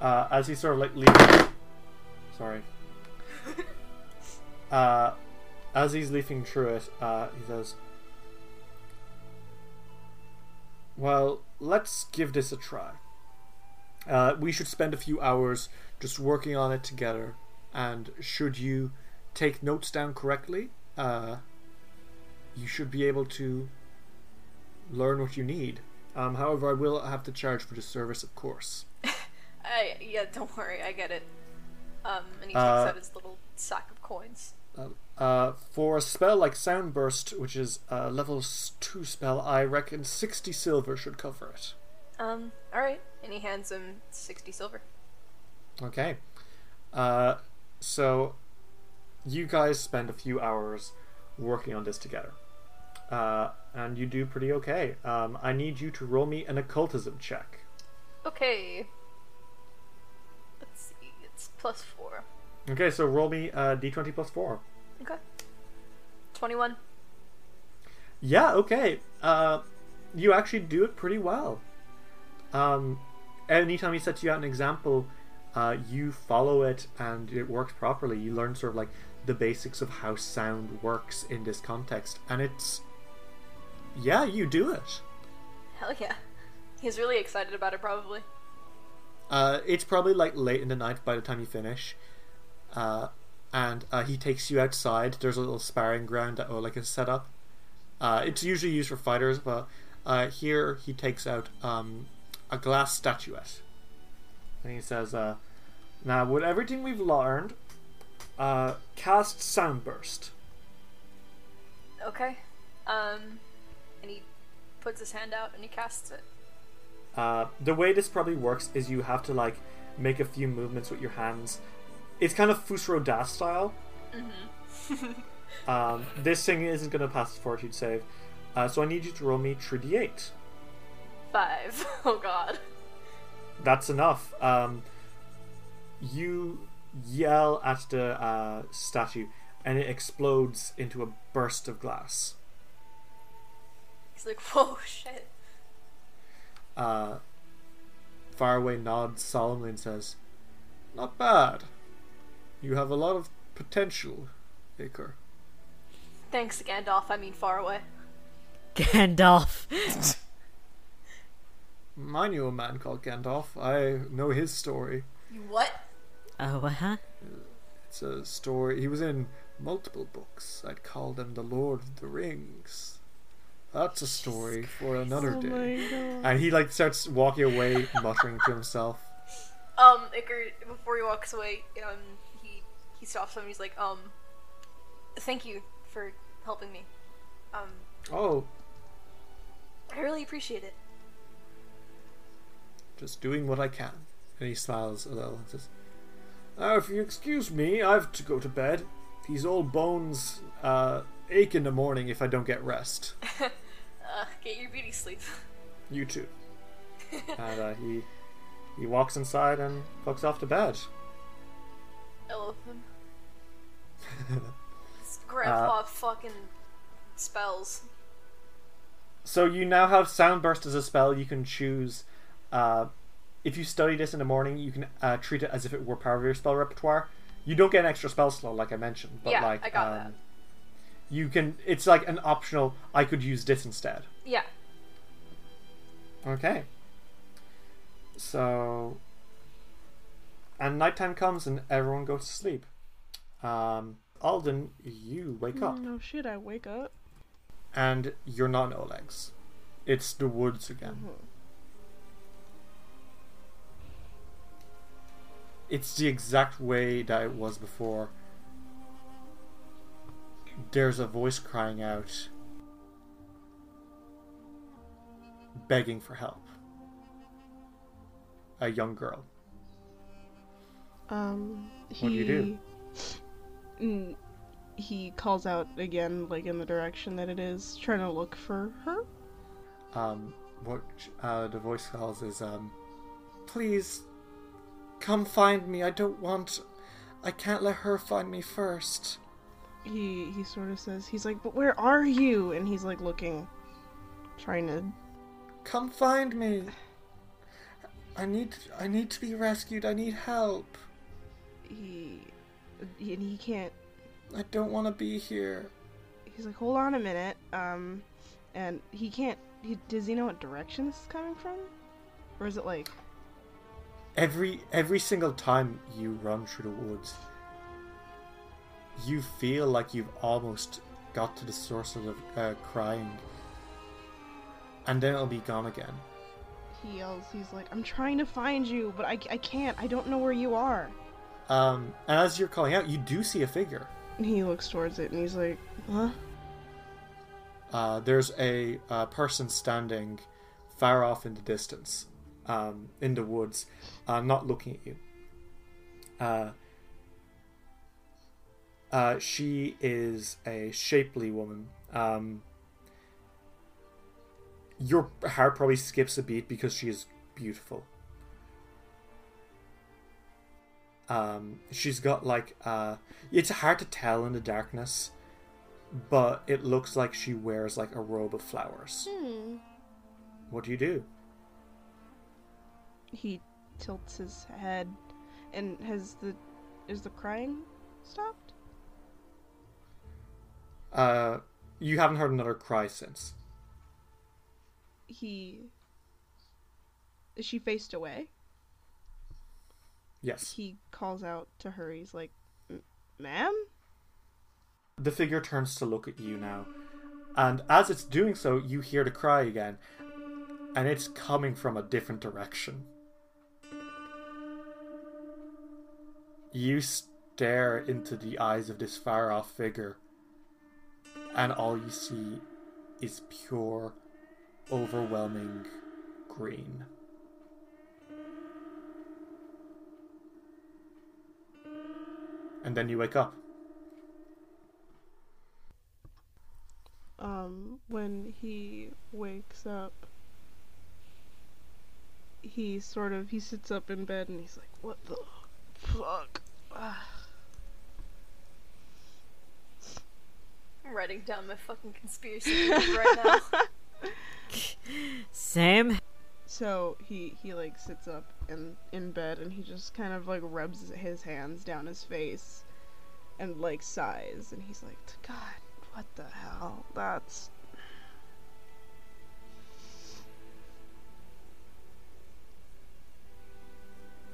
C: Uh, as he sort of like leaves, sorry. uh, as he's leafing through it, uh, he says, Well, let's give this a try. Uh, we should spend a few hours just working on it together, and should you take notes down correctly, uh, you should be able to learn what you need. Um, however, I will have to charge for the service, of course.
A: I yeah, *laughs* don't worry, I get it. Um, and he takes
C: Uh,
A: out his little sack of coins.
C: Uh, for a spell like Sound Burst, which is a level s- 2 spell, I reckon 60 silver should cover it.
A: Um, alright. And he hands him 60 silver.
C: Okay. Uh, So, you guys spend a few hours working on this together, uh, and you do pretty okay. Um, I need you to roll me an occultism check.
A: Okay. Let's see. It's plus four.
C: Okay, so roll me uh, d20 plus four.
A: Okay. Twenty-one.
C: Yeah, okay. Uh, you actually do it pretty well. Um, anytime he sets you out an example, uh, you follow it and it works properly. You learn sort of like the basics of how sound works in this context, and it's. Yeah, you do it.
A: Hell yeah. He's really excited about it, probably.
C: Uh, it's probably like late in the night by the time you finish. Uh, and uh, he takes you outside. There's a little sparring ground that Oleg has set up. Uh, it's usually used for fighters, but uh, here he takes out um, a glass statuette. And he says, uh, Now, with everything we've learned, uh, cast Soundburst.
A: Okay. Um, and he puts his hand out and he casts it.
C: Uh, the way this probably works is you have to like make a few movements with your hands. It's kind of Fusro Das style. um, this thing isn't going to pass the fortitude save, uh, so I need you to roll me 3d8.
A: Five. *laughs* Oh god.
C: That's enough. Um, you yell at the uh, statue, and it explodes into a burst of glass.
A: He's like, whoa, shit.
C: Uh, Faraway nods solemnly and says, Not bad. You have a lot of potential, Iker.
A: Thanks, Gandalf. I mean, far away.
D: Gandalf.
C: I knew a man called Gandalf. I know his story.
A: You what?
D: Oh, huh?
C: It's a story. He was in multiple books. I'd call them The Lord of the Rings. That's a story for another
B: Oh
C: day.
B: my god.
C: And he like starts walking away, muttering to himself.
A: Um, Icar, before he walks away, um, he he stops him. He's like, um, thank you for helping me. Um,
C: "Oh,
A: I really appreciate it.
C: just doing what I can." And he smiles a little and says, "Now, if you excuse me, I've to go to bed. These old bones uh, ache in the morning if I don't get rest.
A: Uh, get your beauty sleep.
C: You too." and uh, he he walks inside and fucks off to bed.
A: I love
C: *laughs*
A: him. This
C: Uh,
A: grandpa fucking spells.
C: So you now have sound burst as a spell. You can choose. Uh, if you study this in the morning, you can uh, treat it as if it were part of your spell repertoire. You don't get an extra spell slot, like I mentioned, but
A: Yeah,
C: like
A: I got
C: um,
A: that.
C: you can. It's like an optional. I could use this instead.
A: Yeah.
C: Okay. So, and nighttime comes and everyone goes to sleep. Um, Alden, you wake up
B: No shit, I wake up.
C: and you're not in Oleg's. It's the woods again. it's the exact way that it was before. There's a voice crying out, begging for help. A young girl.
B: Um, he,
C: What do you do?
B: Mm, he calls out again, like in the direction that it is, trying to look for her.
C: Um, what uh, the voice calls is, um, please come find me. I don't want. I can't let her find me first.
B: He he sort of says, he's like, but where are you? And he's like looking, trying to.
C: Come find me. I need. I need to be rescued. I need help.
B: He and he can't.
C: I don't want to be here.
B: He's like, hold on a minute. Um, and he can't. He does he know what direction this is coming from, or is it like?
C: Every every single time you run through the woods, you feel like you've almost got to the source of the uh, crying, and then it'll be gone again.
B: He yells, he's like, I'm trying to find you, but I, I can't. I don't know where you are.
C: Um, and as you're calling out, you do see a figure.
B: And he looks towards it and he's like, huh?
C: Uh, there's a uh, person standing far off in the distance, um, in the woods, uh, not looking at you. Uh, Uh, she is a shapely woman. Um, your heart probably skips a beat because she is beautiful. Um, she's got like uh, it's hard to tell in the darkness, but it looks like she wears like a robe of flowers.
F: Hmm.
C: What do you do?
B: He tilts his head, and has the is the crying stopped?
C: Uh, you haven't heard another cry since.
B: He is she faced away?
C: Yes.
B: He calls out to her. He's like, "M- "Ma'am."
C: The figure turns to look at you now, and as it's doing so, you hear the cry again, and it's coming from a different direction. You stare into the eyes of this far off figure, and all you see is pure, overwhelming green. And then you wake up.
B: um, when he wakes up, he sort of he sits up in bed and he's like, "What the fuck?" Ah.
A: I'm writing down my fucking conspiracy theories right
D: *laughs*
A: now.
D: Sam
B: So he he like sits up in in bed and he just kind of like rubs his hands down his face, and like sighs and he's like, "God, what the hell? That's."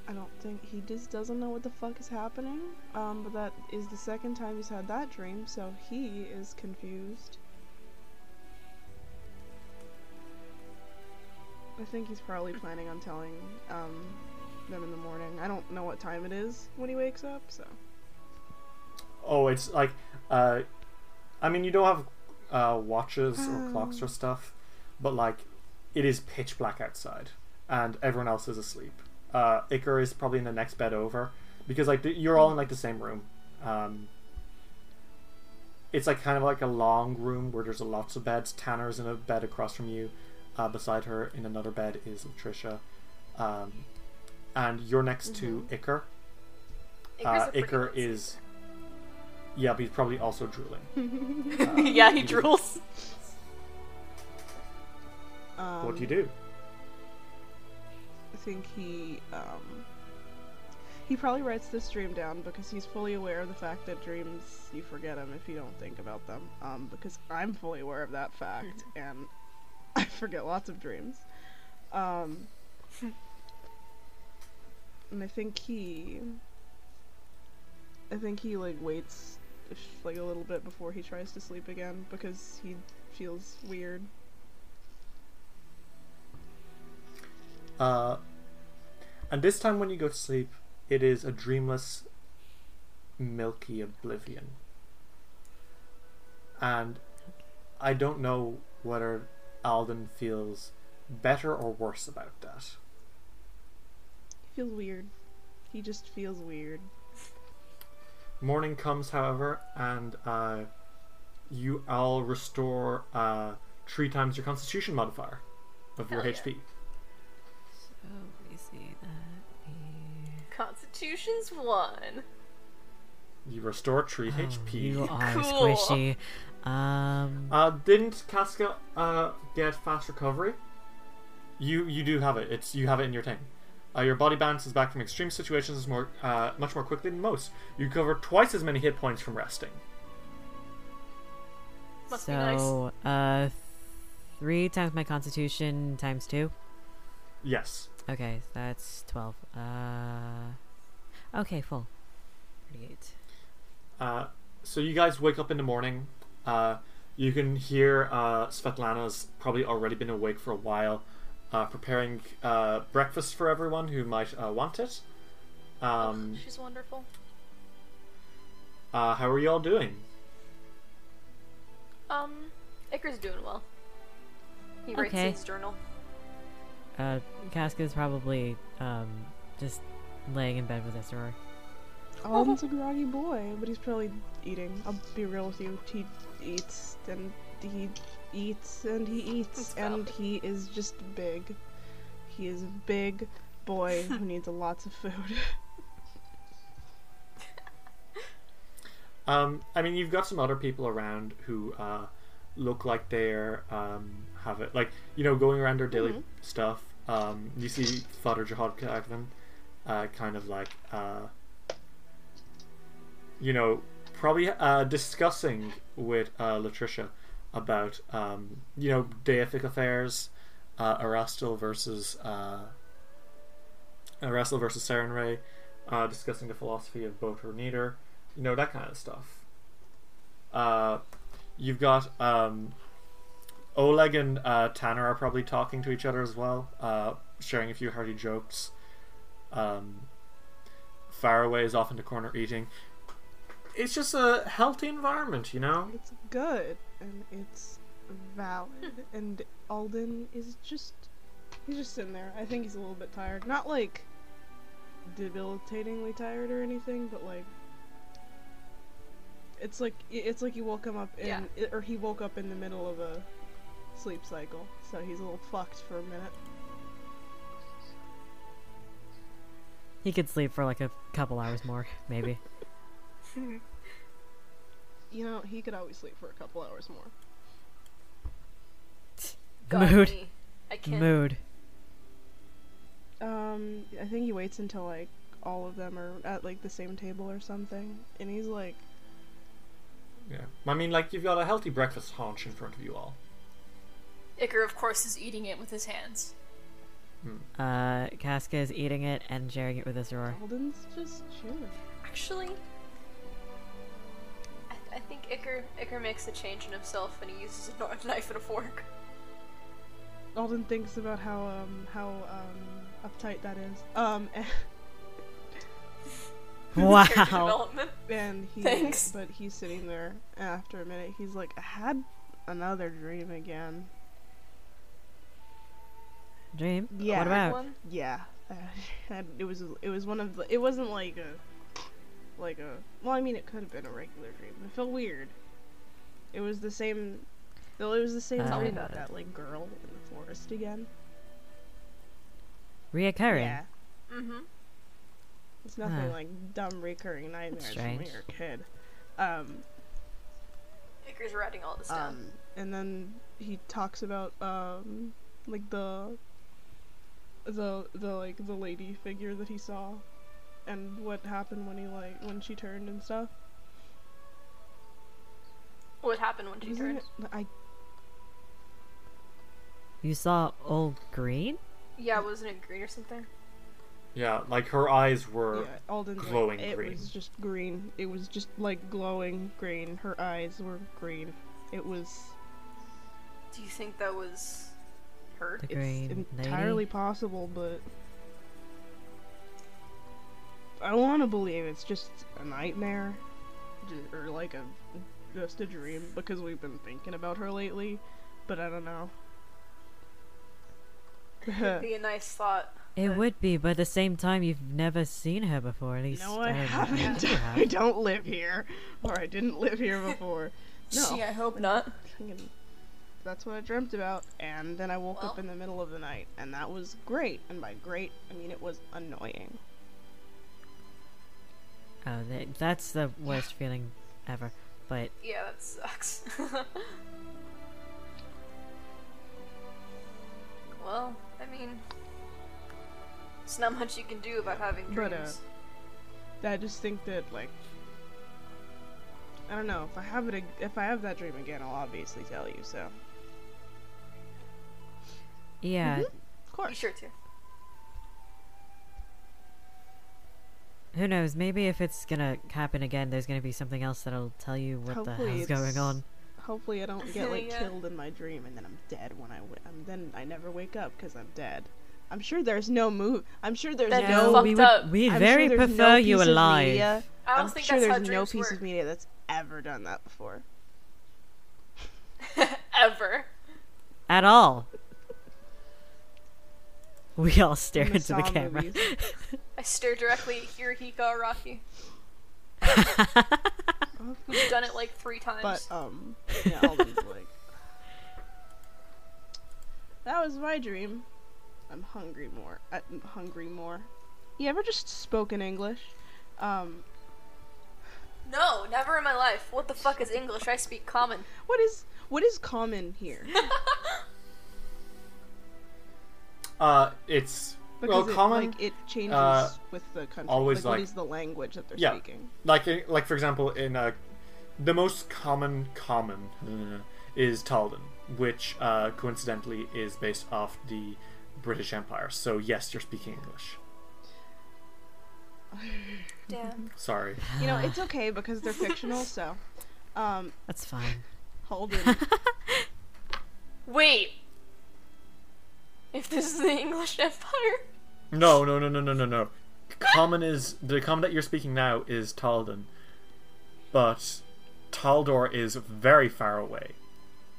B: I don't think he just doesn't know what the fuck is happening. Um, but that is the second time he's had that dream, so he is confused. I think he's probably planning on telling um, them in the morning. I don't know what time it is when he wakes up, so.
C: Oh, it's like, uh, I mean, you don't have uh, watches or clocks or stuff, but like, it is pitch black outside, and everyone else is asleep. Uh, Icar is probably in the next bed over, because like th- you're all in like the same room. Um, it's like kind of like a long room where there's lots of beds. Tanner's in a bed across from you. Uh, beside her, in another bed, is Latricia, um, and you're next to Icar.
A: Icar's
C: Uh,
A: a pretty
C: Icar
A: good
C: is. Yeah, but he's probably
A: *laughs*
C: also drooling. Uh,
A: sleeper. yeah, he drools.
B: Um,
C: what do you do?
B: I think he um, he probably writes this dream down because he's fully aware of the fact that dreams you forget them if you don't think about them. Um, because I'm fully aware of that fact, and *laughs* I forget lots of dreams. Um, and I think he, I think he like waits if- like a little bit before he tries to sleep again because he feels weird.
C: Uh, and this time when you go to sleep, it is a dreamless, milky oblivion. And I don't know whether Alden feels better or worse about that.
B: He feels weird. He just feels weird.
C: Morning comes, however, and uh, you all restore uh, three times your constitution modifier of your
A: Hell yeah.
C: HP.
D: Oh, let me see that.
A: Constitution's one.
C: You restore three HP.
D: Oh, You *laughs* are
A: Cool.
D: squishy. Um,
C: Uh, didn't Casca uh, get fast recovery? You you do have it. It's you have it in your thing. Uh, your body bounces back from extreme situations more uh, much more quickly than most. You recover twice as many hit points from resting.
A: Must be nice.
D: so uh, three times my constitution times two.
C: Yes.
D: Okay, that's twelve. Uh, okay, full. Thirty-eight.
C: Uh, so you guys wake up in the morning. Uh, you can hear uh, Svetlana's probably already been awake for a while, uh, preparing uh, breakfast for everyone who might uh, want it. Um,
A: She's wonderful.
C: uh, how are you all doing?
A: Um, Icar's doing well. He writes
D: Okay.
A: in his journal.
D: Uh, Casca's probably um just laying in bed with Isseror.
B: Oh, it's a groggy boy, but he's probably eating. I'll be real with you. He eats and he eats and he eats
A: Stop
B: and
A: it.
B: he is just big. He is a big boy who needs lots of food.
C: Um, I mean, you've got some other people around who uh, look like they're um, have it like you know going around their daily stuff. Um, you see Father Jihad Kagman, uh, kind of like uh, you know probably uh, discussing with uh, Latricia about um, you know deific affairs, uh, Arastil versus uh, Arastil uh, versus Saren Ray, uh, discussing the philosophy of both or neither you know that kind of stuff. Uh, you've got um, Oleg and uh, Tanner are probably talking to each other as well, uh, sharing a few hearty jokes. Um, Faraway is off in the corner eating. It's just a healthy environment, you know.
B: It's good and it's valid. And Alden is just he's just sitting there. I think he's a little bit tired. Not like debilitatingly tired or anything, but like it's like it's like you woke him up in
A: Yeah.
B: or he woke up in the middle of a sleep cycle. So he's a little fucked for a minute.
D: He could sleep for like a couple hours more,
A: *laughs*
D: maybe.
B: You know, he could always sleep for a couple hours more.
A: God,
D: Mood.
A: me. I can't.
D: Mood.
B: Um, I think he waits until like all of them are at like the same table or something, and he's like,
C: Yeah. I mean, like you've got a healthy breakfast haunch in front of you all.
A: Icar, of course, is eating it with his hands.
D: Uh, Casca is eating it and sharing it with Isror.
B: Alden's just chilling.
A: Actually, I, I think Icar Icar makes a change in himself and he uses a kn- *laughs* knife and a fork.
B: Alden thinks about how um how um uptight that is. Um, *laughs* and,
A: Character
D: Wow.
A: development.
B: and he
A: Thanks.
B: but he's sitting there. and After a minute, he's like, I had another dream again.
D: Dream.
B: Yeah.
D: What about?
A: One.
B: Yeah, And it was it was one of the, it wasn't like a like a well I mean it could have been a regular dream. It felt weird. It was the same. Though it was the same
D: Tell me
B: dream
D: about
B: with that like girl in the forest again.
D: Reoccurring.
B: Yeah,
A: Mm-hmm.
B: it's nothing
D: Huh.
B: like dumb recurring nightmares from when
D: strange.
B: you're a kid. Um,
A: Icar's writing all this down.
B: um, and then he talks about um like the the the like the lady figure that he saw and what happened when he like when she turned and stuff.
A: what happened when she
B: Wasn't
A: turned?
B: it- I
D: You saw old green?
A: Yeah, wasn't it green or something?
C: Yeah, like her eyes were.
B: yeah, Alden's like,
C: glowing
B: it
C: green.
B: was just green. It was just like glowing green. Her eyes were green. It was
A: Do you think that was her?
D: The
B: it's
D: green
B: entirely
D: lady?
B: possible, but I want to believe it's just a nightmare, ju- or like a just a dream because we've been thinking about her lately. But I
A: *laughs*
B: don't know. *laughs*
A: It'd be a nice thought.
D: It
A: but-
D: would be, but at the same time, you've never seen her before. At least
B: No, I
D: don't know.
B: haven't. *laughs*
D: You
B: I
D: have.
B: don't live here, or I didn't live here before. No.
A: Gee, I hope not.
B: And that's what I dreamt about, and then I woke up
A: Well.
B: in the middle of the night, and that was great. And by great, I mean it was annoying.
D: Oh, that, that's the worst feeling ever. But
A: Yeah, that sucks. *laughs* well, I mean, it's not much you can do about having
B: But, uh,
A: dreams.
B: I just think that like I don't know if I have it ag- if I have that dream again, I'll obviously tell you. So
D: yeah,
B: of
A: Be
B: course,
A: sure to.
D: who knows? Maybe if it's gonna happen again, there's gonna be something else that'll tell you what the
B: Hopefully
D: hell's going
B: it's-
D: on.
B: hopefully I don't get
A: *laughs*
B: like
A: Yeah.
B: killed in my dream, and then I'm dead when I w- and then I never wake up because I'm dead. I'm sure there's no move. I'm sure there's
A: That'd be
B: no.
A: fucked
D: we
A: up.
D: would, we'd
B: I'm
D: very
B: sure there's
D: prefer
B: no
D: you
B: piece of
D: alive.
B: media-
A: I don't
B: I'm
A: think
B: sure
A: that's how
B: there's no
A: dreams
B: piece
A: work.
B: of media that's ever done that
D: *laughs*
B: before.
A: Ever.
D: At all. We all stare
B: In the
D: into the
B: Saw
D: camera.
B: movies.
A: I stare directly at Hirohiko Araki. We've done it like three times.
B: But um,
C: *laughs*
B: yeah, I'll leave, like that was my dream. I'm hungry more. I'm hungry more. You ever just spoke in English? Um,
A: no, never in my life. What the fuck is English? I speak common.
B: what is what is common here?
C: Uh, it's *laughs* well,
B: it,
C: common.
B: like it changes
C: uh,
B: with the country.
C: always,
B: like,
C: like-
B: what is the language that they're
C: yeah,
B: speaking?
C: like in- like for example, in uh, the most common common uh, is Talden, which uh, coincidentally is based off the British Empire. So yes, you're speaking English.
A: Damn.
C: Sorry.
B: You know, it's okay because they're fictional. So,
C: *laughs*
B: um,
D: *laughs* That's fine.
B: Holden,
A: Wait. If this is the English Empire,
C: No, no, no, no, no, no, no. Common is the common that you're speaking now is Talden, but Taldor is very far away.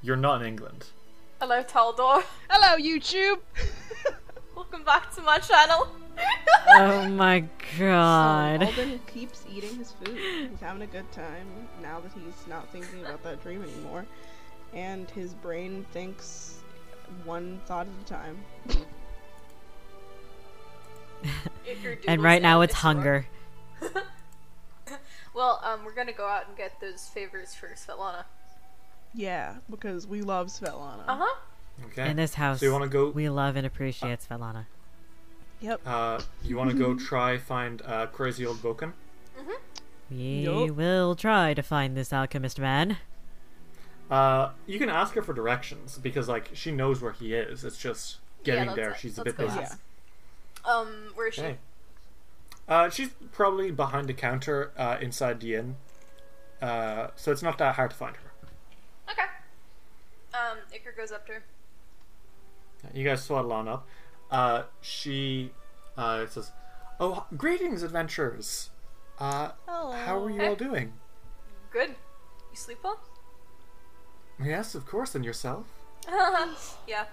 C: You're not in England.
A: hello Taldor. *laughs*
B: hello YouTube. *laughs*
A: Welcome back to my *laughs* channel.
D: oh my
B: Um,
D: god.
B: Alden keeps eating his food. He's having a good time now that he's not thinking about that dream anymore. And his brain thinks one thought at a time.
A: If your
D: And
A: doodles
D: right now
A: end
D: it's
A: this far.
D: hunger.
A: Well, um, we're gonna go out and get those favors for Svetlana.
B: Yeah, because we love Svetlana.
A: Uh huh.
C: Okay.
D: In this house,
C: So you want to go?
D: we love and appreciate Svetlana.
B: Yep.
C: Uh, you want to go try find uh, crazy old Vulcan?
D: We
B: Yup.
D: will try to find this alchemist man.
C: Uh, you can ask her for directions because like she knows where he is. It's just getting
A: let's-
C: there. She's a
A: let's go
C: bit busy.
B: ask.
A: Um, where is she?
C: Okay. Uh, she's probably behind the counter uh, inside the inn, uh, so it's not that hard to find her.
A: Okay. Um, Iker goes up to her.
C: You guys swaddle on up. Uh, she uh, says, "Oh, h- greetings, adventurers. Uh, how are you all doing?
A: Good. You sleep well?
C: Yes, of course, and yourself."
A: *laughs* yeah.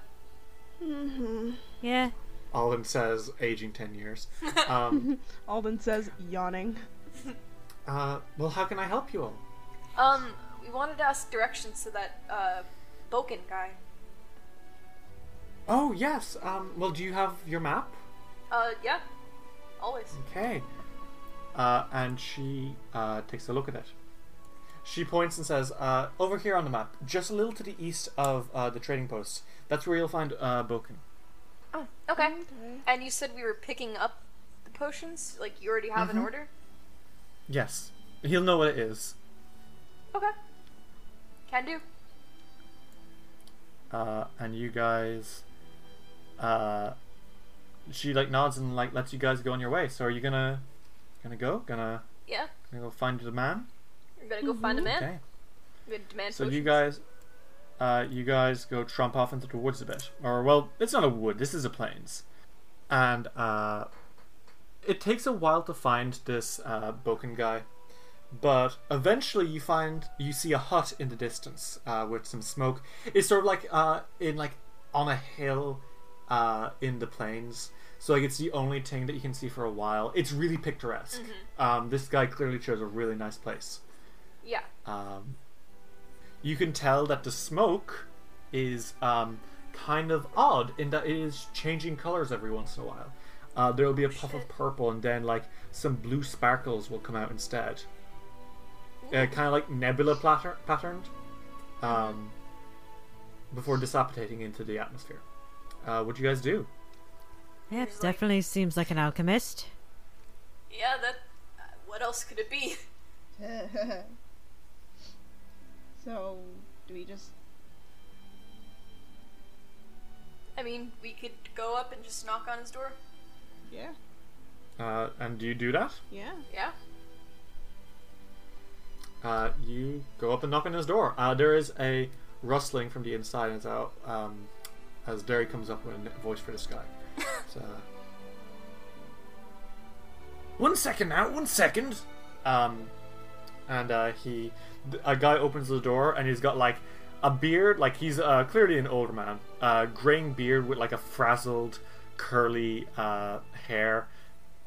D: Yeah.
C: Alden says, aging ten years. Um,
B: Alden says, yawning.
C: uh, well, how can I help you all?
A: Um, we wanted to ask directions to that uh, Boken guy.
C: Oh, yes. Um, well, do you have your map?
A: Uh, yeah. Always.
C: Okay. Uh, and she uh, takes a look at it. She points and says, uh, over here on the map, just a little to the east of uh, the trading post. That's where you'll find uh, Boken.
A: Oh, okay. And you said we were picking up the potions? Like, you already have an
C: Mm-hmm.
A: order?
C: Yes. He'll know what it is.
A: Okay. Can do.
C: Uh, and you guys. Uh, she like nods and like lets you guys go on your way. So are you gonna, gonna go? Gonna
A: Yeah.
C: gonna go find the man?
A: We're gonna go find a man.
C: Mm-hmm. Okay.
A: We're gonna demand
C: So
A: potions.
C: you guys, uh, you guys go tromp off into the woods a bit, or well, it's not a wood. This is a plains, and uh, it takes a while to find this uh, Boken guy, but eventually you find you see a hut in the distance uh, with some smoke. It's sort of like uh, in like on a hill uh, in the plains. So like it's the only thing that you can see for a while. It's really picturesque. Um, this guy clearly chose a really nice place.
A: Yeah.
C: Um, you can tell that the smoke is um, kind of odd in that it is changing colors every once in a while. Uh, there will be a puff of purple, and then like some blue sparkles will come out instead. Uh, kind of like nebula platter- patterned, um, before dissipating into the atmosphere. Uh, what do you guys do?
D: Yep,
A: He's like-
D: definitely seems like an alchemist.
A: Yeah, that. Uh, what else could it be?
F: *laughs*
A: *laughs*
F: so, do we just.
A: I mean, we could go up and just knock on his door.
B: Yeah,
C: Uh, and do you do that?
B: yeah.
A: Yeah.
C: Uh, you go up and knock on his door. Uh, there is a rustling from the inside as out um, as Derry comes up with a voice for this guy. So, uh, one second now, one second. Um, and uh, he, th- a guy opens the door and he's got like a beard, like he's uh, clearly an older man, uh, graying beard with like a frazzled, curly uh, hair,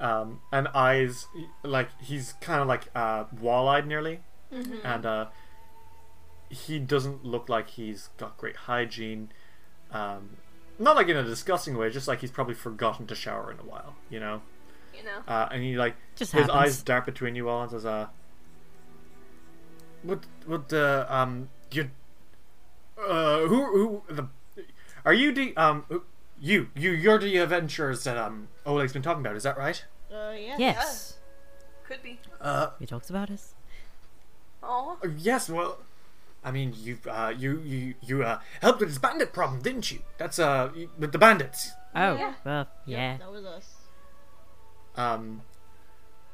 C: um, and eyes like he's kind of like uh, wall-eyed nearly, and uh, he doesn't look like he's got great hygiene. Um, not like in a disgusting way, just like he's probably forgotten to shower in a while, you know.
A: You know.
C: Uh, and he like
D: Just
C: his
D: happens.
C: eyes dart between you all and says, "Uh, what, what, uh, um, you, uh, who, who, the, are you the, um, who- you, you, you're the adventurers that um Oleg's been talking about? Is that right?
F: Uh, yeah.
D: Yes.
A: Could be.
C: Uh,
D: He talks about us.
A: Oh,
C: yes. Well, I mean, you, uh, you, you, you, uh, helped with this bandit problem, didn't you? That's uh, you- with the bandits.
D: Oh,
A: Yeah.
D: well, yeah.
F: That was us.
C: Um,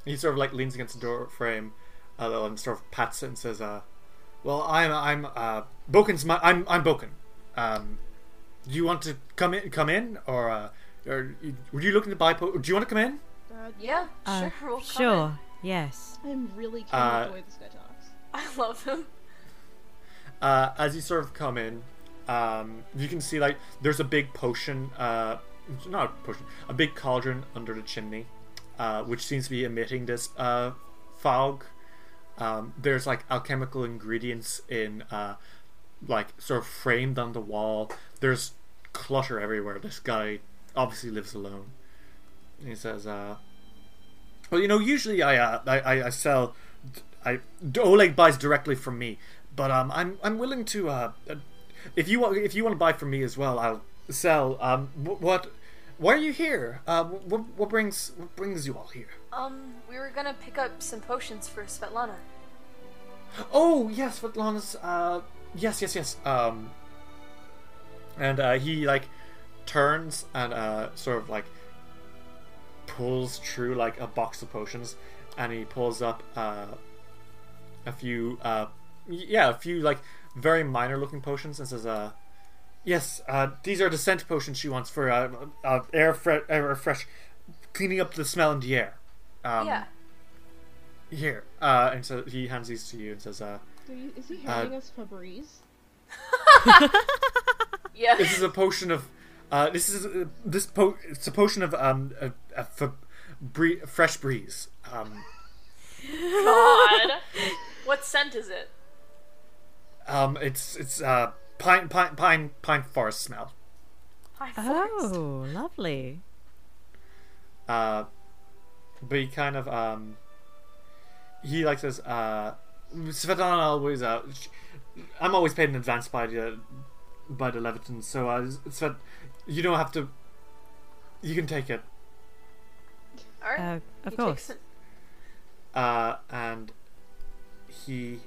C: he sort of like leans against the door frame, a little and sort of pats it and says, "Uh, well, I'm I'm uh Boken's my I'm I'm Boken. Um, do you want to come in come in or uh, or you- were you looking to buy? Po- do you want to come in?
F: Uh,
A: yeah. sure.
D: Uh,
A: We'll come in. *laughs*
D: sure. Yes.
F: I'm really curious
C: Uh,
F: the way this guy talks.
A: I love him.
C: Uh, as you sort of come in, um, you can see like there's a big potion, uh, not a potion, a big cauldron under the chimney, uh, which seems to be emitting this uh, fog. Um, there's like alchemical ingredients in, uh, like sort of framed on the wall. There's clutter everywhere. This guy obviously lives alone. And he says, uh, well, you know, usually I uh, I, I, I sell. I Oleg buys directly from me, but um, I'm I'm willing to uh, uh, if you want if you want to buy from me as well, I'll sell. Um, wh- what? Why are you here? Uh, what, what brings what brings you all here?
A: Um, we were gonna pick up some potions for Svetlana.
C: Oh yes, Svetlana's. Uh, yes, yes, yes. Um, and uh, he like turns and uh, sort of like pulls through like a box of potions, and he pulls up uh, a few. Uh, y- yeah, a few like very minor looking potions, and says, uh, "Yes, uh, these are the scent potions she wants for uh, uh, air, fre- air fresh, cleaning up the smell in the air." Um, *laughs*
A: yeah.
C: Here, uh, and so he hands these to you and says, uh,
F: Are you- Is he handing us Febreze?
A: Yeah. *laughs*
C: this is a potion of uh, this is uh, this po- it's a potion of um a, a f- bree- fresh breeze um
A: God. what scent is it?
C: um it's it's uh pine pine pine pine forest smell
A: High forest.
D: Oh, lovely.
C: uh but he kind of um he like says uh Svetlana always uh sh- I'm always paid in advance by the by the Leviton so uh Svet you don't have to you can take it
A: All right.
D: Uh,
A: He
D: of
A: takes
D: course.
A: it.
C: uh, and he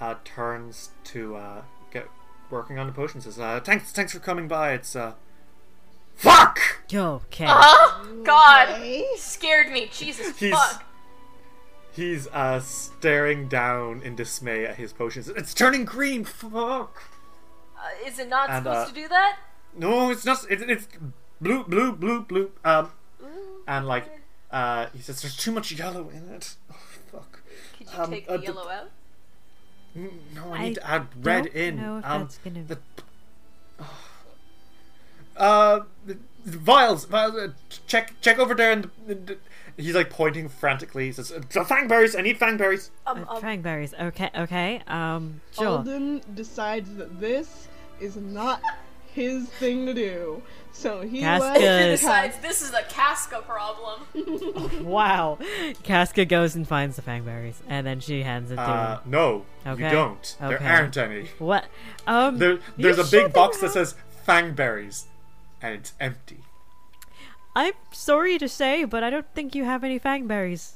C: uh, turns to uh, get working on the potion. Says, uh, "Thanks, thanks for coming by. It's uh, fuck."
D: Okay.
A: Oh God.
F: Eh?
A: Scared me. Jesus
C: He's
A: fuck.
C: he's uh, staring down in dismay at his potions. It's turning green. Fuck.
A: Uh, is it not
C: and,
A: supposed
C: uh,
A: to do that?
C: No, it's not. It, it's blue, blue, blue, blue. Um, and like, uh, he says, "There's too much yellow in it." *laughs* Oh, fuck.
A: Could you
C: um,
A: take
C: uh,
A: the
C: d-
A: yellow
C: *laughs*
A: out?
C: No, I need
D: I
C: to add red
D: don't
C: in.
D: know if
C: um,
D: that's gonna-
C: the- uh, the- the vials, vials. Uh, check, check over there, and and- he's like pointing frantically. He says, "Uh, "Fangberries! I need fangberries."
A: Um,
D: Uh,
A: um,
D: Fang berries. Okay. Okay. Um. Sure.
B: Alden decides that this is not his thing to do, so he
D: Casca
B: lets
A: Besides, this is a Casca problem.
D: Wow. Casca goes and finds the fang berries, and then she hands it to
C: Uh,
D: him.
C: no, you
D: Okay.
C: don't. There
D: Okay.
C: aren't any.
D: What? Um.
C: There,
D: you
C: there's a
D: sure
C: big
D: they
C: box that
D: have-
C: says fangberries, and it's empty.
D: I'm sorry to say, but I don't think you have any fang berries.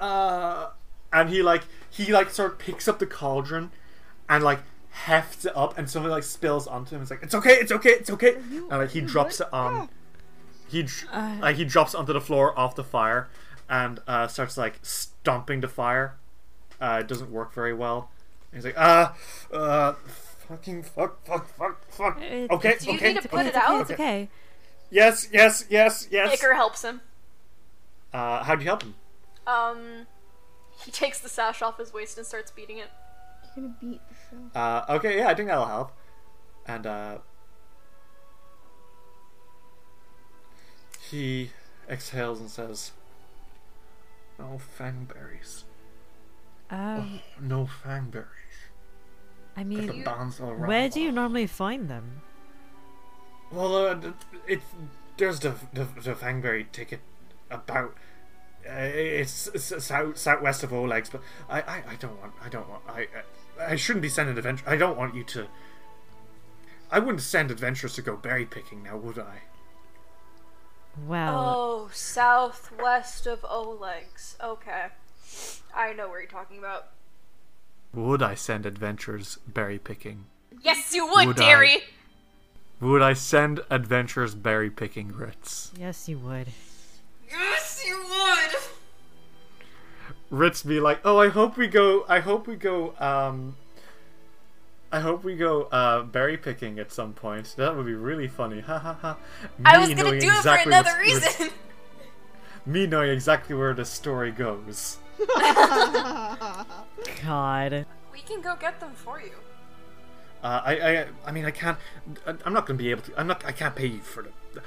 C: uh, and he like he like sort of picks up the cauldron and like hefts it up and something like spills onto him it's like it's okay it's okay it's okay and like he drops it
A: Oh.
C: on he dr-
A: Uh.
C: like he drops it onto the floor off the fire and uh starts like stomping the fire uh it doesn't work very well and he's like uh uh fucking fuck fuck fuck fuck
D: It-
C: okay
D: it's-
A: Do you
C: okay
A: need to put
C: okay,
A: it out?
D: It's okay.
C: yes yes yes yes
A: Icker helps him.
C: uh how do you help him
A: Um, he takes the sash off his waist and starts beating it.
F: You're gonna beat the show.
C: Uh, okay, yeah, I think that'll help. And uh, He exhales and says, "No fangberries.
D: Um,
C: No fangberries.
D: I
C: But
D: mean,
C: the bonds all around
D: where do you
C: us."
D: normally find them?
C: Well, uh, th- it's there's the the, the fangberry ticket about. Uh, it's, it's south southwest of Oleg's, but I, I, I don't want I don't want I I, I shouldn't be sending adventure. I don't want you to. I wouldn't send adventurers to go berry picking now, would I?
D: Well,
A: Oh, southwest of Oleg's. Okay. I know where you're talking about.
C: Would I send adventurers berry picking?
A: Yes, you would,
C: Would I?
A: Derry!
C: Would I send adventurers berry picking grits?
D: yes, you would.
A: Yes, you would!
C: Ritz be like, "Oh, I hope we go. I hope we go. Um, I hope we go uh, berry picking at some point. That would be really funny. Ha ha ha."
A: I
C: Me
A: was gonna
C: knowing
A: do it for
C: exactly
A: another
C: what's- what's-
G: *laughs*
A: reason!
C: *laughs* me knowing exactly where the story goes.
D: God.
A: we can go get them for you.
C: Uh, I, I, I mean, I can't. I- I'm not gonna be able to. I'm not. I can't pay you for the.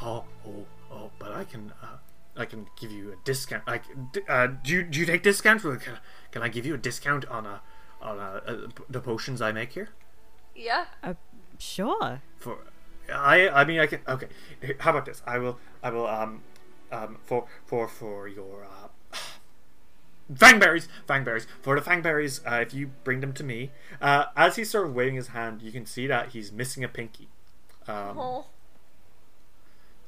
C: Oh, oh, oh! But I can. Uh, I can give you a discount. Like, uh, do you do you take discounts? Well, Can, can I give you a discount on a on a, uh the potions I make here?
A: Yeah?
D: Uh, sure.
C: for I I mean I can okay. Here, How about this? I will I will um um for for for your uh *sighs* Fangberries, fangberries. For the fangberries, uh, if you bring them to me, uh, as he's sort of waving his hand, you can see that he's missing a pinky. Um,
A: Oh.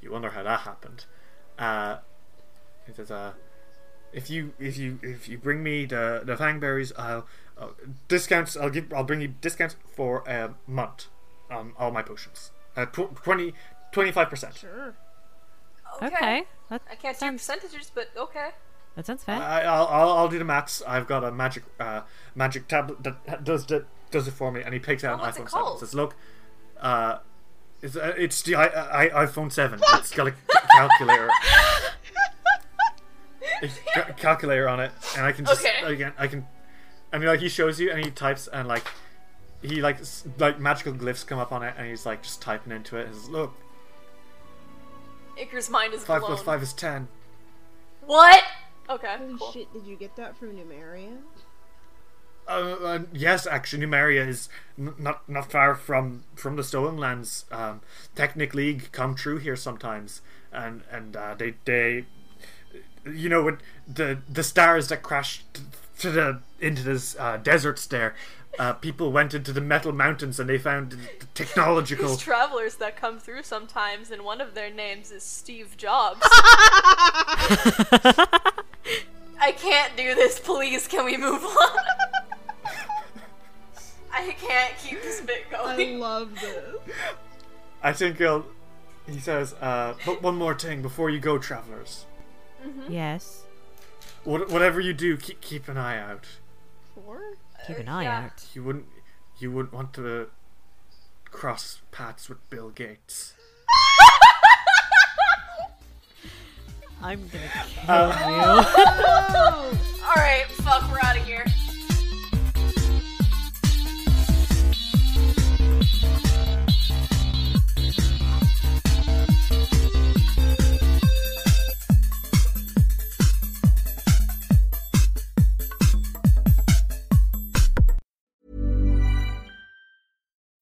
C: You wonder how that happened. Uh, he says, uh, "If you if you if you bring me the the fangberries, I'll uh, discounts. I'll give. I'll bring you discounts for a month on all my potions. Uh, tw- 25 percent.
B: sure.
D: Okay. That,
A: I can't do Uh-huh.
D: sounds,
A: percentages, but okay.
D: that sounds fair.
C: I, I'll, I'll I'll do the maths. I've got a magic uh, magic tablet that does that does it for me." And he takes out
A: Oh,
C: an
A: what's it
C: iPhone seven.
A: called?
C: Says, "Look, uh, it's uh, it's the I, I, iPhone seven. It's got a ca-
A: *laughs*
C: calculator." It's got a calculator on it, and I can just
A: Okay.
C: again I can, I mean like he shows you and he types and like he like s- like magical glyphs come up on it and he's like just typing into it. And says, look,
A: Icar's mind is
C: five
A: blown.
C: plus five is ten.
A: What? Okay.
F: Holy
A: cool.
F: shit, did you get that from Numeria?
C: Uh, uh, yes, actually, Numeria is n- not not far from from the Stolen Lands. Um, Technic League come true here sometimes, and and uh, they they, you know, with the the stars that crashed t- to the into this uh, deserts there. Uh, people went into the metal mountains and they found the the technological.
A: These travelers that come through sometimes, and one of their names is Steve Jobs. I can't do this, please. Can we move
C: *laughs*
A: on? I can't keep this bit
B: I
A: going.
B: love this.
C: I think he'll. He says, uh, but one more thing before you go, travelers.
D: yes.
C: What, whatever you do, keep, keep an eye out.
B: Four?
D: Keep an
A: Uh,
D: eye
A: yeah.
D: out.
C: You wouldn't you wouldn't want to cross paths with Bill Gates.
D: I'm gonna kill you.
A: Alright, fuck, we're out of here.